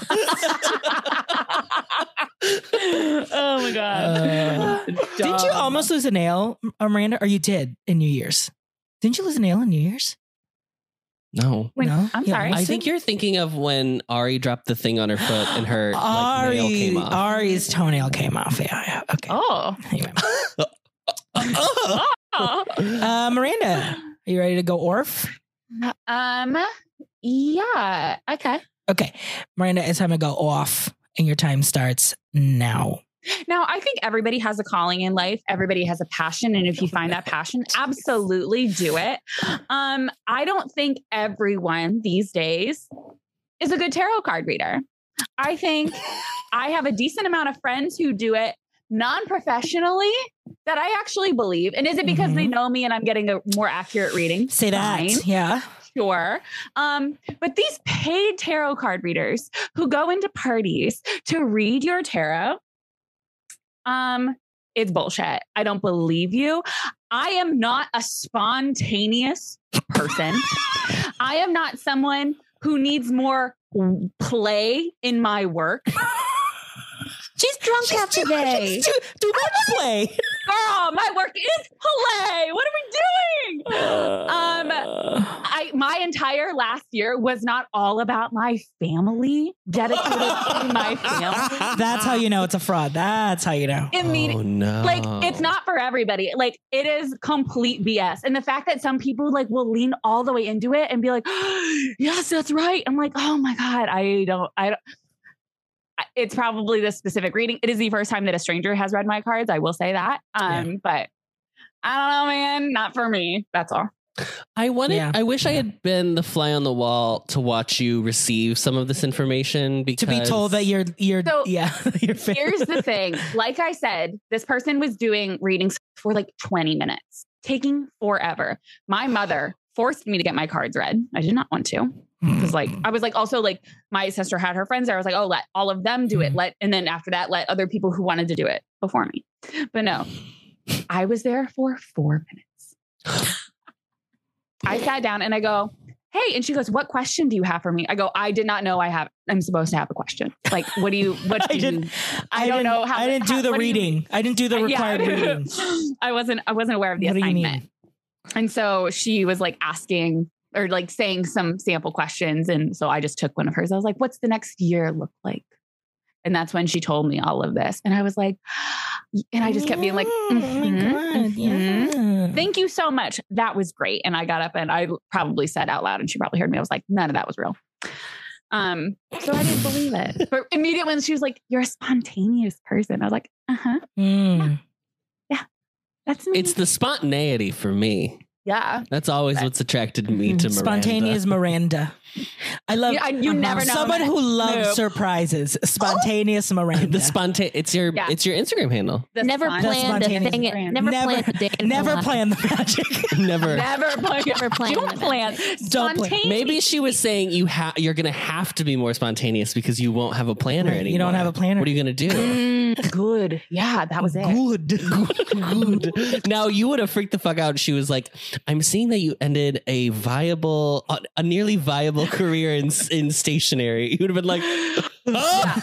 Speaker 4: oh my
Speaker 1: Uh,
Speaker 4: god.
Speaker 1: Didn't you almost lose a nail, M- uh, Miranda? Or you did in New Year's? Didn't you lose a nail in New Year's?
Speaker 3: No.
Speaker 4: Wait,
Speaker 1: no,
Speaker 4: I'm
Speaker 1: You
Speaker 4: sorry.
Speaker 1: almost
Speaker 3: I
Speaker 1: did?
Speaker 3: think you're thinking of when Ari dropped the thing on her foot and her like, nail came off.
Speaker 1: Ari's toenail came off. Yeah, yeah.
Speaker 3: Uh.
Speaker 1: Okay.
Speaker 4: Oh.
Speaker 1: Anyway.
Speaker 3: Oh.
Speaker 4: Oh.
Speaker 1: Uh, Miranda, are you ready to go orf?
Speaker 4: Um yeah. Okay.
Speaker 1: Okay. Miranda, it's time to go off, and your time starts now.
Speaker 4: Now I think everybody has a calling in life. Everybody has a passion. And if you find that passion, absolutely do it. Um, I don't think everyone these days is a good tarot card reader. I think I have a decent amount of friends who do it non-professionally that I actually believe. And is it because they know me and I'm getting a more accurate reading?
Speaker 1: Mm-hmm. Say that.
Speaker 4: Fine
Speaker 1: Yeah.
Speaker 4: sure. Um, but these paid tarot card readers who go into parties to read your tarot, um, it's bullshit. I don't believe you. I am not a spontaneous person. I am not someone who needs more play in my work.
Speaker 2: She's drunk half the day.
Speaker 1: She's too, too much play.
Speaker 4: Girl, my work is play. What are we doing? Um, I my entire last year was not all about my family, dedicated to my family.
Speaker 1: That's how you know it's a fraud. That's how you know.
Speaker 4: It mean,
Speaker 3: Oh, no.
Speaker 4: like it's not for everybody. Like it is complete BS. And the fact that some people like will lean all the way into it and be like, "Yes, that's right." I'm like, "Oh my god, I don't I don't I- it's probably the specific reading. It is the first time that a stranger has read my cards. I will say that. Um, but I don't know, man. Not for me. That's all.
Speaker 3: I wanted.
Speaker 1: Yeah.
Speaker 3: I wish I had been the fly on the wall to watch you receive some of this information.
Speaker 1: To
Speaker 3: Because
Speaker 1: be told that you're, you're,
Speaker 4: So,
Speaker 1: yeah, you're fake.
Speaker 4: Here's the thing. Like I said, this person was doing readings for like 20 minutes, taking forever. My mother forced me to get my cards read. I did not want to. Because like
Speaker 1: Mm-hmm.
Speaker 4: I was like also like my sister had her friends there. I was like, oh, let all of them do it.
Speaker 1: Mhm.
Speaker 4: Let and then after that, let other people who wanted to do it before me. But no, I was there for four minutes. I sat down and I go, hey, and she goes, what question do you have for me? I go, I did not know I have. I'm supposed to have a question. Like, what do you? What
Speaker 1: I
Speaker 4: do you?
Speaker 1: didn't-
Speaker 4: I don't
Speaker 1: didn't-
Speaker 4: know how
Speaker 1: I
Speaker 4: to-
Speaker 1: didn't
Speaker 4: how-
Speaker 1: do the
Speaker 4: what do you-
Speaker 1: reading. I didn't do the required
Speaker 4: Yeah.
Speaker 1: reading.
Speaker 4: I wasn't I wasn't aware of the
Speaker 1: What do you
Speaker 4: assignment.
Speaker 1: mean?
Speaker 4: And so she was like asking or like saying some sample questions. And so I just took one of hers. I was like, what's the next year look like? And that's when she told me all of this. And I was like, and I just kept being like,
Speaker 1: Oh
Speaker 4: mm-hmm. "Mhm, mhm." thank you so much. That was great. And I got up and I probably said out loud and she probably heard me. I was like, none of that was real. Um, so I didn't believe it. But immediately when she was like, You're a spontaneous person, I was like, uh-huh,
Speaker 1: Mm.
Speaker 4: that's me.
Speaker 3: it's the spontaneity for me.
Speaker 4: yeah.
Speaker 3: That's always what's attracted me to Miranda.
Speaker 1: Spontaneous Miranda. I love
Speaker 4: You, I- you never know.
Speaker 1: someone who loves
Speaker 4: Nope.
Speaker 1: surprises. Spontaneous Miranda.
Speaker 3: The spontaneous. It's your.
Speaker 4: Yeah.
Speaker 3: It's your Instagram handle.
Speaker 4: The
Speaker 2: never
Speaker 4: fun-
Speaker 2: planned a
Speaker 1: spontaneous
Speaker 2: thing.
Speaker 4: brand.
Speaker 2: Never,
Speaker 1: Never-
Speaker 2: planned a day. in her
Speaker 1: Never
Speaker 2: life.
Speaker 1: plan the magic.
Speaker 3: Never.
Speaker 4: Never plan.
Speaker 2: Never plan
Speaker 4: Don't
Speaker 2: the
Speaker 4: plan.
Speaker 1: Don't plan.
Speaker 4: Spontaneous.
Speaker 3: Maybe she was saying you ha- you're gonna have to be more spontaneous because you won't have a planner anymore.
Speaker 1: You don't have a planner.
Speaker 3: What are you gonna do?
Speaker 2: Mm,
Speaker 4: good. Yeah, that was it.
Speaker 3: Good. Good. Now you would have freaked the fuck out. She was like, "I'm seeing that you ended a viable, a- a nearly viable career in in stationery." You would have been like, "Oh,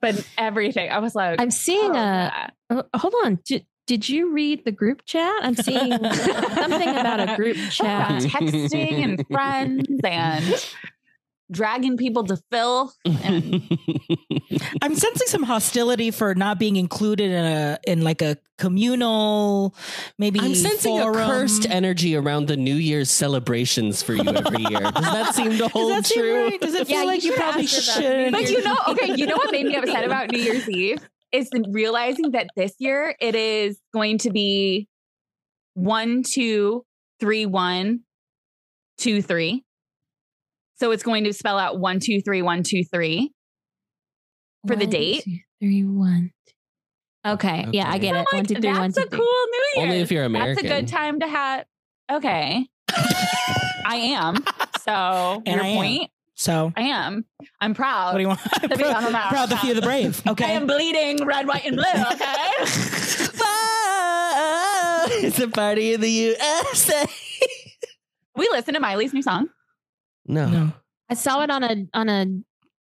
Speaker 4: But everything, I was like,
Speaker 2: I'm seeing a.
Speaker 4: oh, yeah.
Speaker 2: Uh, hold on. Do,
Speaker 5: did you read the group chat? I'm seeing something about a group chat.
Speaker 4: uh, texting and friends and dragging people to fill. And
Speaker 1: I'm sensing some hostility for not being included in a in like a communal maybe.
Speaker 3: I'm sensing
Speaker 1: forum.
Speaker 3: a cursed energy around the New Year's celebrations for you every year. Does that seem to
Speaker 1: Does
Speaker 3: hold
Speaker 1: that seem
Speaker 3: true?
Speaker 1: right? Does it feel
Speaker 5: Yeah, you
Speaker 1: like you,
Speaker 5: should
Speaker 1: probably
Speaker 5: ask her about
Speaker 1: shouldn't?
Speaker 5: New
Speaker 4: but you know, okay, you know what made me upset about New Year's Eve is the- realizing that this year it is going to be one, two, three, one, two, three. So it's going to spell out one, two, three, one, two, three. For the
Speaker 2: One,
Speaker 4: date?
Speaker 2: two, three, one. Okay, yeah, I
Speaker 3: Okay.
Speaker 2: get it.
Speaker 5: Oh
Speaker 4: I'm
Speaker 2: One,
Speaker 4: like,
Speaker 2: two, three,
Speaker 4: That's
Speaker 2: one, two,
Speaker 4: a
Speaker 2: three.
Speaker 4: cool New Year.
Speaker 3: Only if you're American.
Speaker 4: That's a good time to have. Okay, I am. So
Speaker 1: And
Speaker 4: your
Speaker 1: I am.
Speaker 4: point,
Speaker 1: So
Speaker 4: I am. I'm proud.
Speaker 1: what do you want?
Speaker 4: be on the
Speaker 1: proud,
Speaker 4: map.
Speaker 1: proud the few of the brave. Okay.
Speaker 4: I am bleeding red, white, and blue. Okay.
Speaker 3: it's a party in the USA.
Speaker 4: we listen to Miley's new song.
Speaker 3: No.
Speaker 1: no.
Speaker 5: I saw it on a on a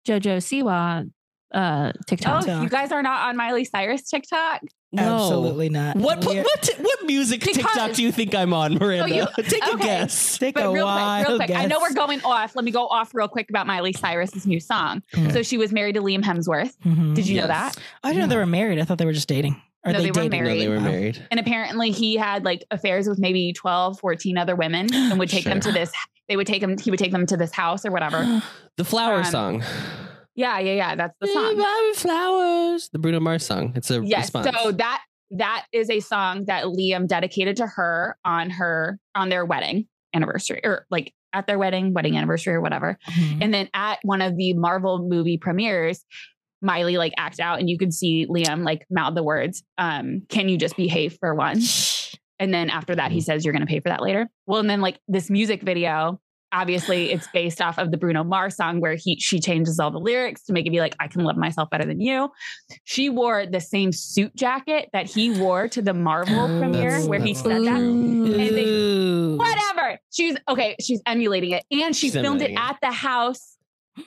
Speaker 5: JoJo Siwa uh, TikTok.
Speaker 4: Oh, you guys are not on Miley Cyrus TikTok.
Speaker 3: No.
Speaker 1: Absolutely not. Oh,
Speaker 3: What,
Speaker 1: We-
Speaker 3: what what what music
Speaker 4: Because- Oh,
Speaker 3: TikTok do you think I'm on, Miranda? Take a
Speaker 4: okay.
Speaker 3: guess.
Speaker 1: Take a
Speaker 4: But real
Speaker 1: wild
Speaker 4: quick, real quick. I know
Speaker 1: guess.
Speaker 4: we're going off. Let me go off real quick about Miley Cyrus's new song.
Speaker 1: Okay.
Speaker 4: So she was married to Liam Hemsworth.
Speaker 1: Mhm.
Speaker 4: Did you know
Speaker 3: Yes.
Speaker 4: that?
Speaker 1: I didn't know they were married. I thought they were just dating. Or
Speaker 4: No,
Speaker 1: they,
Speaker 4: they were
Speaker 1: dated.
Speaker 4: married.
Speaker 3: No, they were
Speaker 1: Wow.
Speaker 3: married.
Speaker 4: And apparently he had like affairs with maybe 12, 14 other women and would take them to
Speaker 3: Sure.
Speaker 4: this. They would take him. He would take them to this house or whatever.
Speaker 3: The flower
Speaker 4: Um,
Speaker 3: song.
Speaker 4: Yeah. Yeah. Yeah. That's the song.
Speaker 3: Bobby Flowers. The Bruno Mars song. It's a
Speaker 4: Yes.
Speaker 3: response.
Speaker 4: So that, that is a song that Liam dedicated to her on her, on their wedding anniversary or like at their wedding, wedding anniversary or whatever.
Speaker 1: Mhm.
Speaker 4: And then at one of the Marvel movie premieres, Miley like act out and you could see Liam like mouth the words, um, can you just behave for once? And then after that,
Speaker 1: Mm-hmm.
Speaker 4: he says, You're gonna pay for that later. Well, and then like this music video, obviously it's based off of the Bruno Mars song where he she changes all the lyrics to make it be like, I can love myself better than you. She wore the same suit jacket that he wore to the Marvel
Speaker 1: Oh,
Speaker 4: premiere
Speaker 1: that's-
Speaker 4: where he
Speaker 1: that's
Speaker 4: said that and they-
Speaker 1: Ooh.
Speaker 4: whatever. She's okay. She's emulating it, and she
Speaker 3: She's
Speaker 4: filmed it
Speaker 3: emulating it.
Speaker 4: at the house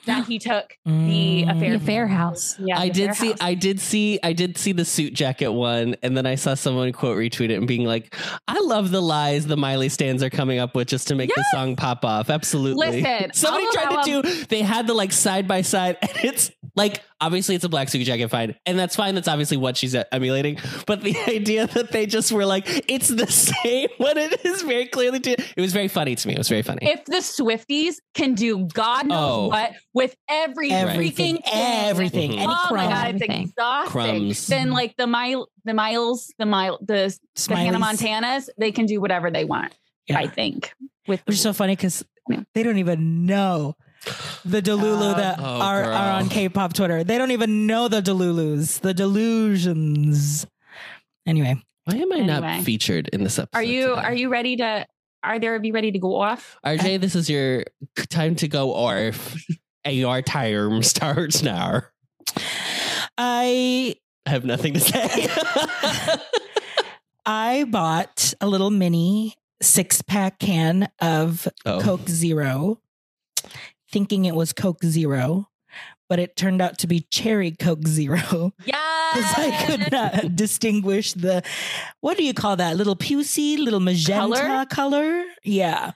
Speaker 4: that he took the
Speaker 1: Mm.
Speaker 4: affair.
Speaker 5: The affair house.
Speaker 4: Yeah,
Speaker 3: I
Speaker 4: the
Speaker 3: did
Speaker 4: affair
Speaker 3: see
Speaker 4: house.
Speaker 3: I did see I did see the suit jacket one and then I saw someone quote retweet it and being like, I love the lies the Miley stands are coming up with just to make the song pop off. Absolutely.
Speaker 4: Listen,
Speaker 3: Somebody
Speaker 4: I'll
Speaker 3: tried
Speaker 4: allow
Speaker 3: to do they had the like side by side and it's like obviously it's a black suit jacket fine and that's fine that's obviously what she's uh, emulating but the idea that they just were like it's the same when it is very clearly to, it was very funny to me it was very funny
Speaker 4: If the Swifties can do God knows
Speaker 3: Oh.
Speaker 4: what with every
Speaker 1: Everything,
Speaker 4: freaking thing.
Speaker 1: everything,
Speaker 3: Mhm.
Speaker 1: any
Speaker 4: oh
Speaker 1: crumb,
Speaker 4: my god, it's
Speaker 5: Everything.
Speaker 4: exhausting.
Speaker 3: Crumbs.
Speaker 4: Then like the mile, the miles, the mile, the, the
Speaker 1: Smileys.
Speaker 4: Hannah Montanas, they can do whatever they want.
Speaker 1: Yeah.
Speaker 4: I think with
Speaker 1: Which is so funny because they don't even know the Delulu
Speaker 4: Oh.
Speaker 1: that
Speaker 3: Oh,
Speaker 1: are,
Speaker 3: girl.
Speaker 1: are on K-pop Twitter. They don't even know the Delulus, the delusions. Anyway,
Speaker 3: why am I
Speaker 4: Anyway.
Speaker 3: not featured in this episode
Speaker 4: Are you
Speaker 3: today?
Speaker 4: are you ready to? Are there of you ready to go off?
Speaker 1: Uh,
Speaker 3: RJ, this is your time to go off. And your time starts now.
Speaker 1: I
Speaker 3: I have nothing to say.
Speaker 1: I bought a little mini six-pack can of
Speaker 3: oh.
Speaker 1: Coke Zero, thinking it was Coke Zero, but it turned out to be Cherry Coke Zero.
Speaker 4: Yeah.
Speaker 1: because I could not distinguish the what do you call that little pusey, little magenta color? Yeah.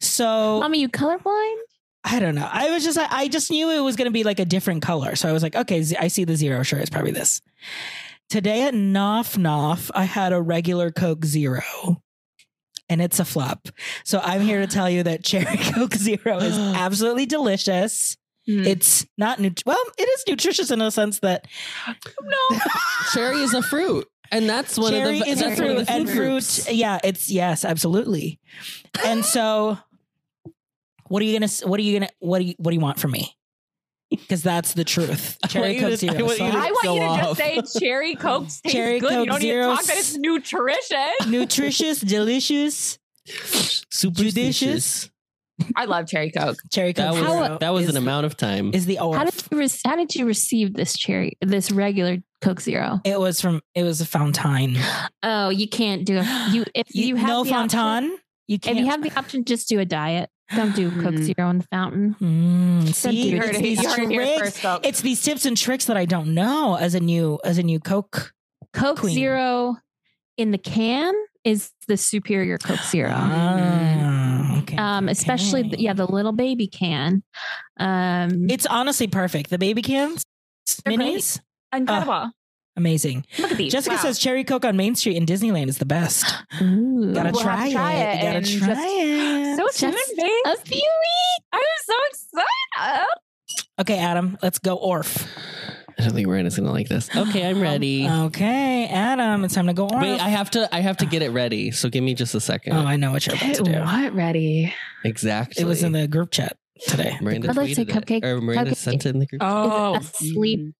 Speaker 1: So
Speaker 5: Mommy, you colorblind?
Speaker 1: I don't know. I was just I, I just knew it was going to be like a different color, so I was like, okay, z- I see the zero. Sure, it's probably this. Today at Noff Noff, I had a regular Coke Zero. And it's a flop. So I'm here to tell you that Cherry Coke Zero is absolutely delicious.
Speaker 4: Mm.
Speaker 1: It's not, nut- well, it is nutritious in a sense that
Speaker 4: no.
Speaker 3: Cherry is a fruit. And that's one
Speaker 1: cherry
Speaker 3: of the
Speaker 1: is a
Speaker 3: that's one
Speaker 1: fruit,
Speaker 3: of the
Speaker 1: and
Speaker 3: groups.
Speaker 1: fruit. Yeah, it's yes, absolutely. And so, what are you gonna? s- What are you gonna? What do you? What do you want from me? Because that's the truth.
Speaker 3: want
Speaker 1: Cherry
Speaker 3: you
Speaker 1: Coke
Speaker 3: to- I
Speaker 1: Zero.
Speaker 3: want
Speaker 1: So
Speaker 3: you
Speaker 1: I'm
Speaker 4: I want
Speaker 3: go
Speaker 4: you to
Speaker 3: off.
Speaker 4: just say cherry coke tastes
Speaker 1: Cherry
Speaker 4: good.
Speaker 1: Coke
Speaker 4: you don't
Speaker 1: Zero
Speaker 4: need to talk that it's
Speaker 1: s-
Speaker 4: nutritious.
Speaker 1: nutritious, delicious.
Speaker 3: Superstitious.
Speaker 4: I love cherry coke.
Speaker 1: Cherry
Speaker 3: That
Speaker 1: Coke Zero.
Speaker 3: was that was
Speaker 1: is,
Speaker 3: an amount of time.
Speaker 1: Is the
Speaker 5: How
Speaker 1: or
Speaker 5: did you re- how did you receive this cherry this regular Coke Zero?
Speaker 1: it was from? It was a fountain.
Speaker 5: Oh, you can't do it. You if you, have
Speaker 1: no
Speaker 5: the option-
Speaker 1: fountain. You
Speaker 5: if
Speaker 1: can't.
Speaker 5: you have the option, just do a diet. Don't do Coke
Speaker 4: Mm.
Speaker 5: Zero in the fountain.
Speaker 1: Mm,
Speaker 5: do
Speaker 1: see,
Speaker 5: You
Speaker 4: heard
Speaker 1: it's
Speaker 4: it.
Speaker 1: these
Speaker 4: You heard it here
Speaker 1: tricks.
Speaker 4: first, folks.
Speaker 1: It's these tips and tricks that I don't know as a new as a new Coke
Speaker 5: Coke
Speaker 1: Queen.
Speaker 5: Zero
Speaker 2: in the can is the superior Coke Zero.
Speaker 3: Ah,
Speaker 1: Ah, okay,
Speaker 2: Um,
Speaker 1: okay,
Speaker 2: especially
Speaker 1: okay.
Speaker 2: the, yeah, the little baby can. Um,
Speaker 1: It's honestly perfect. The baby cans,
Speaker 4: They're great.
Speaker 1: minis,
Speaker 4: Incredible.
Speaker 1: amazing.
Speaker 4: Look at these.
Speaker 1: uh, Jessica
Speaker 4: Wow.
Speaker 1: says cherry coke on Main Street in Disneyland is the best.
Speaker 2: ooh.
Speaker 1: Gotta
Speaker 4: We'll have
Speaker 1: try,
Speaker 4: to try
Speaker 1: it. You
Speaker 4: it
Speaker 1: Gotta
Speaker 4: and
Speaker 1: try
Speaker 4: just-
Speaker 1: it.
Speaker 4: so soon,
Speaker 2: Just
Speaker 4: babe.
Speaker 2: a few weeks.
Speaker 4: I'm so excited.
Speaker 1: okay, Adam, let's go Orf.
Speaker 3: I don't think Ryan is gonna like this. Okay, I'm ready.
Speaker 1: Um, Okay, Adam, it's time to go Orf.
Speaker 3: Wait, I have to. I have to get it ready. So give me just a second.
Speaker 1: uh, oh, I know what you're about to do.
Speaker 4: what ready?
Speaker 3: exactly.
Speaker 1: It was in the group chat today.
Speaker 3: Miranda
Speaker 2: I'd like to
Speaker 3: tweeted it.
Speaker 2: cupcake-
Speaker 3: Or Miranda
Speaker 2: cupcake-
Speaker 3: sent it in the group.
Speaker 4: Oh,
Speaker 2: Is asleep
Speaker 1: mm,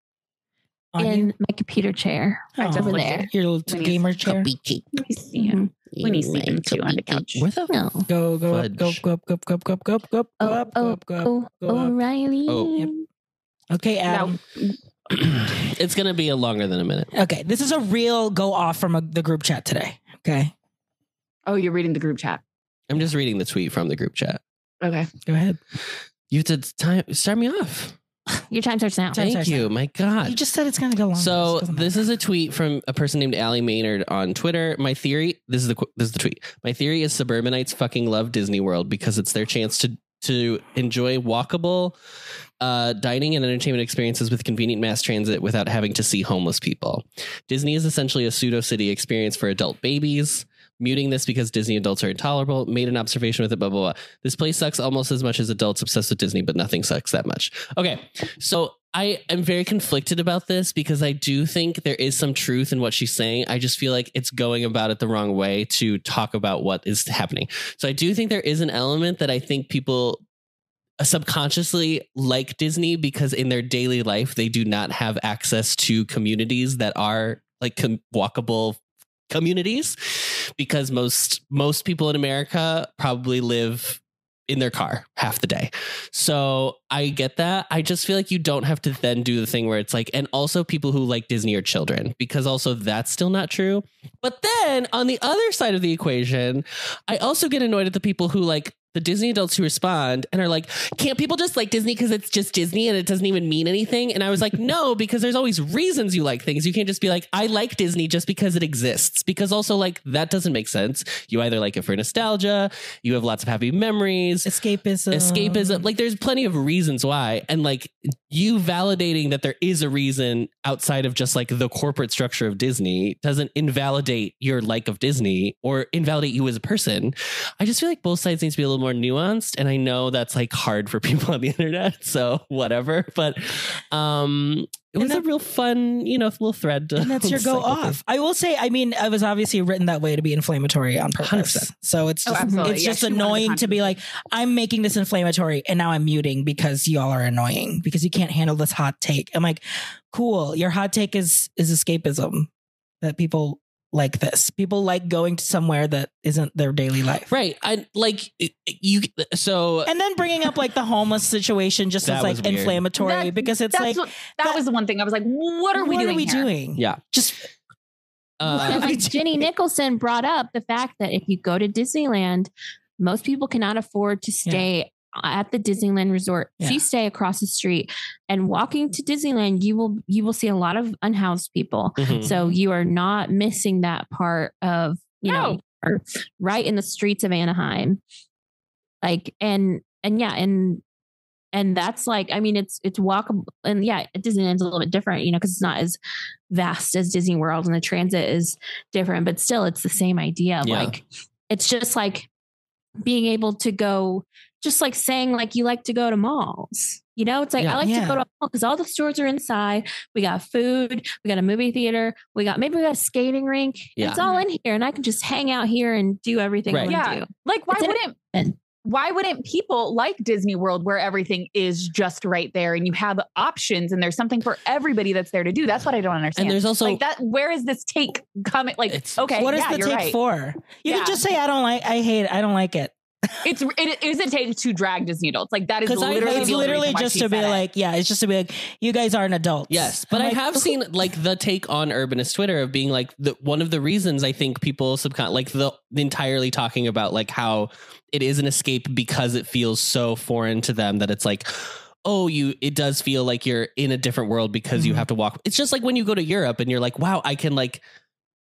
Speaker 1: On you?
Speaker 2: in my computer chair
Speaker 1: Oh,
Speaker 2: over
Speaker 4: definitely
Speaker 2: there.
Speaker 1: Your little
Speaker 4: We need
Speaker 1: gamer chair.
Speaker 3: Cupcake.
Speaker 4: yeah.
Speaker 2: Mhm.
Speaker 1: Mm-hmm.
Speaker 4: We need sleeping too on the couch.
Speaker 3: Where the
Speaker 2: No.
Speaker 1: Go go up, go
Speaker 3: Fudge.
Speaker 1: go up, go up, go up, go up, go up, go up, go
Speaker 2: Oh,
Speaker 1: up, go up, go up.
Speaker 2: Oh,
Speaker 1: go up.
Speaker 2: O'Reilly.
Speaker 3: Oh.
Speaker 1: Yep. Okay, Adam.
Speaker 3: it's gonna be a longer than a minute.
Speaker 1: Okay, this is a real go off from a, the group chat today. Okay,
Speaker 4: Oh, you're reading the group chat.
Speaker 3: I'm just reading the tweet from the group chat.
Speaker 4: Okay.
Speaker 1: go ahead.
Speaker 3: You have to time start me off.
Speaker 2: Your time starts now.
Speaker 1: Time
Speaker 3: Thank
Speaker 1: starts now.
Speaker 3: you. My
Speaker 1: You
Speaker 3: God.
Speaker 1: just said it's gonna go long.
Speaker 3: So this is a tweet from a person named Allie Maynard on Twitter. My theory. This is the qu- this is the tweet. My theory is suburbanites fucking love Disney World because it's their chance to to enjoy walkable uh, dining and entertainment experiences with convenient mass transit without having to see homeless people. Disney is essentially a pseudo city experience for adult babies. Muting this because Disney adults are intolerable. Made an observation with it. Blah blah blah. This place sucks almost as much as adults obsessed with Disney, but nothing sucks that much. Okay, so I am very conflicted about this because I do think there is some truth in what she's saying. I just feel like it's going about it the wrong way to talk about what is happening. So I do think there is an element that I think people uh, subconsciously like Disney because in their daily life they do not have access to communities that are like com- walkable communities because most most people in America probably live in their car half the day. So I get that. I just feel like you don't have to then do the thing where it's like, and also people who like Disney are children, because also that's still not true. But then on the other side of the equation, I also get annoyed at the people who like the Disney adults who respond and are like, can't people just like Disney because it's just Disney and it doesn't even mean anything? And I was like, no, because there's always reasons you like things. You can't just be like, I like Disney just because it exists, because also like that doesn't make sense. You either like it for nostalgia, you have lots of happy memories,
Speaker 1: escapism. Uh-huh.
Speaker 3: escapism like there's plenty of reasons why and like you validating that there is a reason outside of just like the corporate structure of disney doesn't invalidate your like of disney or invalidate you as a person i just feel like both sides need to be a little more nuanced and i know that's like hard for people on the internet so whatever but um it
Speaker 1: And
Speaker 3: was a
Speaker 1: that-
Speaker 3: real fun you know little thread to
Speaker 1: and that's your go
Speaker 3: cycle through.
Speaker 1: off. I will say, I mean, it was obviously written that way to be inflammatory on purpose.
Speaker 3: 100%.
Speaker 1: So it's
Speaker 4: Oh,
Speaker 1: just,
Speaker 4: absolutely.
Speaker 1: it's
Speaker 4: Yeah,
Speaker 1: just
Speaker 4: she wanted the
Speaker 1: annoying to be like,
Speaker 4: controversy.
Speaker 1: I'm making this inflammatory, and now I'm muting because y'all are annoying because you can't handle this hot take. I'm like, cool. Your hot take is is escapism that people like this. People like going to somewhere that isn't their daily life.
Speaker 3: right i like you so
Speaker 1: And then bringing up like the homeless situation just
Speaker 3: That
Speaker 1: as
Speaker 3: was
Speaker 1: like
Speaker 3: weird.
Speaker 1: inflammatory
Speaker 4: That-
Speaker 1: because it's
Speaker 4: That's
Speaker 1: like,
Speaker 4: what, that,
Speaker 1: that-
Speaker 4: was the one thing I was like, what are we doing? here?
Speaker 1: doing?
Speaker 3: yeah
Speaker 1: Just
Speaker 3: uh,
Speaker 2: And like Jenny Nicholson brought up the fact that if you go to Disneyland, most people cannot afford to stay at the Disneyland resort.
Speaker 1: Yeah.
Speaker 2: She stay across the street and walking to Disneyland, you will you will see a lot of unhoused people.
Speaker 3: mhm.
Speaker 2: So you are not missing that part of, you know, are right in the streets of Anaheim. Like and and yeah, and and that's like I mean it's it's walkable and yeah, Disneyland's a little bit different, you know, cuz it's not as vast as Disney World and the transit is different, but still it's the same idea of
Speaker 3: Yeah.
Speaker 2: like it's just like being able to go just like saying like you like to go to malls. You know, it's like
Speaker 3: Yeah.
Speaker 2: I like
Speaker 1: Yeah.
Speaker 2: to go to a mall because all the stores are inside. We got food. We got a movie theater. We got maybe we got a skating rink.
Speaker 3: Yeah.
Speaker 2: It's all in here, and I can just hang out here and do everything
Speaker 3: Right.
Speaker 2: I want to
Speaker 4: Yeah.
Speaker 2: do.
Speaker 4: Like, why
Speaker 2: It's
Speaker 4: wouldn't
Speaker 2: entertainment.
Speaker 4: why wouldn't people like Disney World where everything is just right there and you have options and there's something for everybody that's there to do? That's what I don't understand.
Speaker 3: and there's also
Speaker 4: like that, where is this take coming? Like,
Speaker 3: It's-
Speaker 4: okay,
Speaker 1: what is
Speaker 4: yeah,
Speaker 1: the
Speaker 4: you're
Speaker 1: take
Speaker 4: right.
Speaker 1: for? You
Speaker 4: Yeah.
Speaker 1: can just say I don't like, I hate, it, I don't like it.
Speaker 4: It's it is a take to drag Disney adults. Like that is
Speaker 1: Because
Speaker 4: literally,
Speaker 1: it's
Speaker 4: the only
Speaker 1: literally
Speaker 4: reason why
Speaker 1: just
Speaker 4: she
Speaker 1: to be
Speaker 4: said it.
Speaker 1: like, yeah, it's just to be like, you guys aren't adults.
Speaker 3: Yes, but
Speaker 1: I'm
Speaker 3: I
Speaker 1: like,
Speaker 3: have seen like the take on urbanist Twitter of being like the, one of the reasons I think people subcon like the entirely talking about like how it is an escape because it feels so foreign to them that it's like oh you it does feel like you're in a different world because you
Speaker 1: Mhm.
Speaker 3: have to walk. It's just like when you go to Europe and you're like wow I can like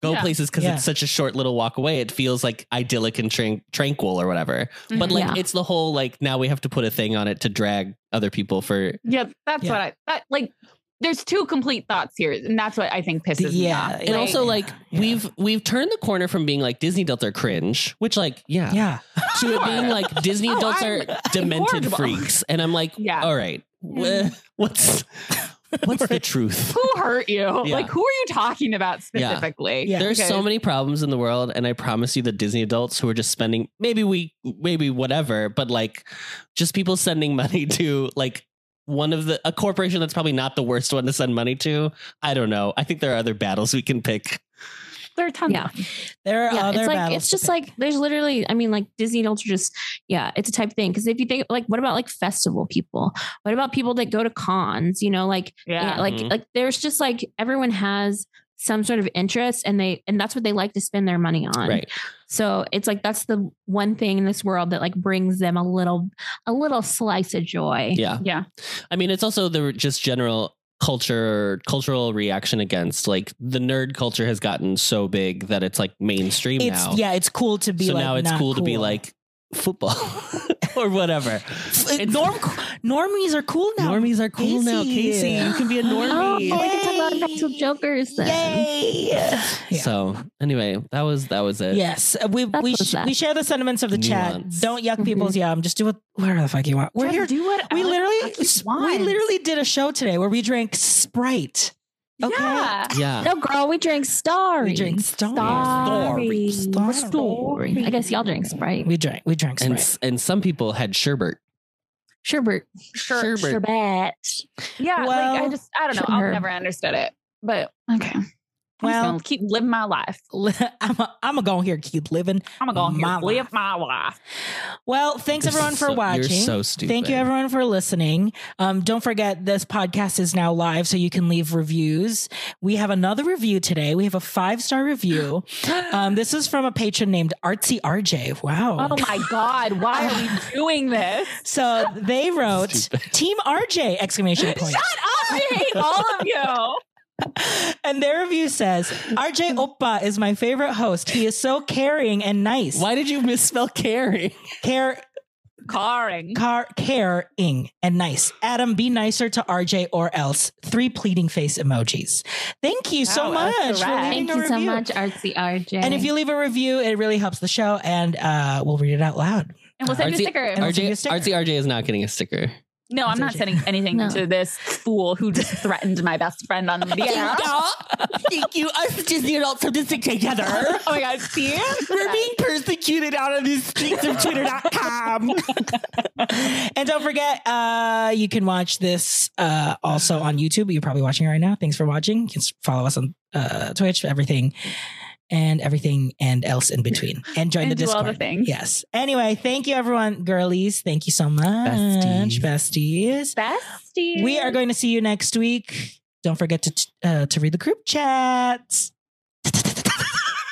Speaker 3: go
Speaker 4: Yeah.
Speaker 3: places because
Speaker 1: Yeah.
Speaker 3: it's such a short little walk away. It feels like idyllic and tran- tranquil or whatever.
Speaker 4: Mm-hmm.
Speaker 3: But
Speaker 1: Mm-hmm.
Speaker 3: like
Speaker 5: Yeah.
Speaker 3: it's the whole like now we have to put a thing on it to drag other people for
Speaker 4: yeah, that's
Speaker 1: Yeah.
Speaker 4: what I that like. There's two complete thoughts here, and that's what I think pisses me
Speaker 1: yeah,
Speaker 4: off.
Speaker 1: it-
Speaker 3: and
Speaker 1: Like-
Speaker 3: also like
Speaker 1: Yeah.
Speaker 3: we've we've turned the corner from being like Disney adults are cringe, which like yeah,
Speaker 1: Yeah.
Speaker 3: to it being like Disney
Speaker 4: Oh,
Speaker 3: adults
Speaker 4: I'm-
Speaker 3: are demented
Speaker 4: horrible.
Speaker 3: freaks, and I'm like,
Speaker 4: Yeah.
Speaker 3: all right, wh- what's what's the truth?
Speaker 4: who hurt you?
Speaker 3: Yeah.
Speaker 4: Like, who are you talking about
Speaker 3: Yeah.
Speaker 4: specifically?
Speaker 1: Yeah.
Speaker 3: There's so
Speaker 4: Because-
Speaker 3: many problems in the world, and I promise you, the Disney adults who are just spending maybe we maybe whatever, but like just people sending money to like one of the a corporation that's probably not the worst one to send money to. I don't know. I think there are other battles we can pick.
Speaker 4: There are tons.
Speaker 5: Yeah.
Speaker 4: Of them.
Speaker 1: There are
Speaker 5: yeah,
Speaker 1: other
Speaker 5: it's like
Speaker 1: battles
Speaker 5: it's
Speaker 1: to
Speaker 5: just
Speaker 1: pick.
Speaker 5: like there's literally, I mean, like Disney adults are just, yeah, it's a type thing. Because if you think like, what about like festival people? What about people that go to cons? You know, like yeah. like
Speaker 3: Mhm.
Speaker 5: like there's just like everyone has some sort of interest, and they and that's what they like to spend their money on.
Speaker 3: Right.
Speaker 5: So it's like that's the one thing in this world that like brings them a little a little slice of joy.
Speaker 3: Yeah.
Speaker 4: Yeah.
Speaker 3: I mean, it's also the just general culture cultural reaction against like the nerd culture has gotten so big that it's like mainstream
Speaker 1: it's
Speaker 3: now.
Speaker 1: yeah, it's cool to be
Speaker 3: so
Speaker 1: like
Speaker 3: now it's
Speaker 1: not
Speaker 3: cool, to be like football or whatever.
Speaker 1: F- norm normies are cool now.
Speaker 3: Normies are cool now, Casey.
Speaker 1: Casey.
Speaker 3: You can be a
Speaker 5: Oh,
Speaker 3: normie.
Speaker 5: we can talk about practical
Speaker 1: Yay.
Speaker 5: jokers then.
Speaker 1: Yay. Yeah.
Speaker 3: So anyway, that was that was it.
Speaker 1: Yes, uh, we
Speaker 5: That's
Speaker 1: we,
Speaker 5: what's
Speaker 1: sh-
Speaker 5: up.
Speaker 1: we share the sentiments of the
Speaker 3: Nuance.
Speaker 1: chat. Don't yuck
Speaker 5: Mhm.
Speaker 1: people's yum. Just do what whatever the fuck you want. We're
Speaker 4: Just
Speaker 1: here.
Speaker 4: Mm-hmm. Do what
Speaker 1: We
Speaker 4: Alex
Speaker 1: literally
Speaker 4: fucking
Speaker 1: we
Speaker 4: wants.
Speaker 1: literally did a show today where we drank Sprite. Okay,
Speaker 4: Yeah.
Speaker 3: Yeah.
Speaker 5: No, girl, we drink Starry.
Speaker 1: we drank Starry.
Speaker 5: Starry.
Speaker 1: Starry.
Speaker 5: Starry. I guess y'all drink Sprite.
Speaker 1: We drank we drank
Speaker 3: And
Speaker 1: Sprite.
Speaker 3: s- and some people had sherbet.
Speaker 5: Sherbert.
Speaker 4: Sure.
Speaker 3: Sherbert.
Speaker 5: Sherbet.
Speaker 4: Yeah. like
Speaker 1: Well,
Speaker 4: I just I don't know.
Speaker 5: sure.
Speaker 4: I've never understood it. But okay. I'm
Speaker 1: Well-
Speaker 4: just gonna keep living my life.
Speaker 1: I'm a, I'm a go here keep living.
Speaker 4: I'm gonna go
Speaker 1: My
Speaker 4: here, live
Speaker 1: life.
Speaker 4: my life.
Speaker 1: Well, thanks
Speaker 3: You're
Speaker 1: everyone for
Speaker 3: so-
Speaker 1: watching.
Speaker 3: You're so stupid.
Speaker 1: Thank you, everyone, for listening. Um, don't forget, this podcast is now live, so you can leave reviews. We have another review today. We have a five star review. Um, this is from a patron named Artsy RJ. Wow.
Speaker 4: Oh my god, why are we doing this?
Speaker 1: So they wrote Team RJ exclamation point.
Speaker 4: I hate all of you.
Speaker 1: And their review says, RJ Oppa is my favorite host. He is so caring and nice.
Speaker 3: Why did you misspell caring?
Speaker 1: Care
Speaker 4: Caring.
Speaker 1: car caring and nice. Adam, be nicer to RJ or else. Three pleading face emojis. Thank you so
Speaker 4: Wow,
Speaker 1: much.
Speaker 4: that's
Speaker 1: for
Speaker 4: direct.
Speaker 1: leaving
Speaker 5: Thank
Speaker 1: a
Speaker 5: you so
Speaker 1: review.
Speaker 5: much, Artsy RJ.
Speaker 1: And if you leave a review, it really helps the show, and uh, we'll read it out loud.
Speaker 4: And we'll send you a
Speaker 3: RZ
Speaker 4: sticker.
Speaker 1: I'll send
Speaker 3: RJ,
Speaker 1: you a sticker.
Speaker 3: RZ RJ is not getting a sticker.
Speaker 4: No, I'm not
Speaker 1: RJ.
Speaker 4: sending anything
Speaker 5: No.
Speaker 4: to this fool who just threatened my best friend on the video.
Speaker 3: Thank you. Us Disney adults have to stick together.
Speaker 4: oh my god, see?
Speaker 3: We're being persecuted out of these streets of Twitter.com.
Speaker 1: and don't forget, uh, you can watch this uh, also on YouTube. You're probably watching it right now. Thanks for watching. You can s- follow us on uh, Twitch, everything, and everything and else in between. And join the
Speaker 4: And do all
Speaker 1: Discord.
Speaker 4: the things.
Speaker 1: Yes. Anyway, thank you, everyone, girlies. Thank you so much,
Speaker 3: Besties.
Speaker 1: besties.
Speaker 5: bestie,
Speaker 1: We are going to see you next week. Don't forget to t- uh, to read the group chat.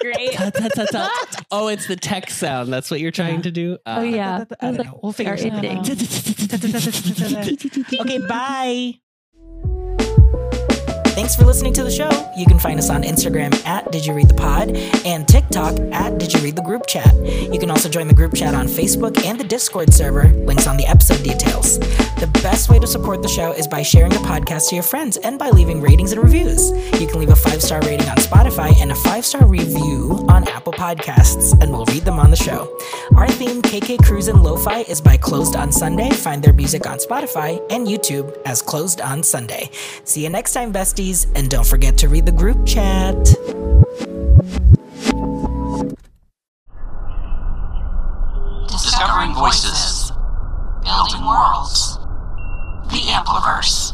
Speaker 4: Great.
Speaker 3: oh, it's the tech sound. That's what you're trying to do. Uh,
Speaker 5: Oh yeah.
Speaker 1: I don't know. We'll figure
Speaker 5: Our
Speaker 1: it out.
Speaker 5: ending.
Speaker 1: Okay, bye. Thanks for listening to the show. You can find us on Instagram at Did You Read the Pod and TikTok at Did You Read the Group Chat. You can also join the group chat on Facebook and the Discord server. Links on the episode details. The best way to support the show is by sharing the podcast to your friends and by leaving ratings and reviews. You can leave a five star rating on Spotify and a five star review on Apple Podcasts, and we'll read them on the show. Our theme, KK Cruise and Lo-Fi, is by Closed on Sunday. Find their music on Spotify and YouTube as Closed on Sunday. See you next time, besties, and don't forget to read the group chat.
Speaker 6: Discovering voices. Building worlds. The Ampliverse.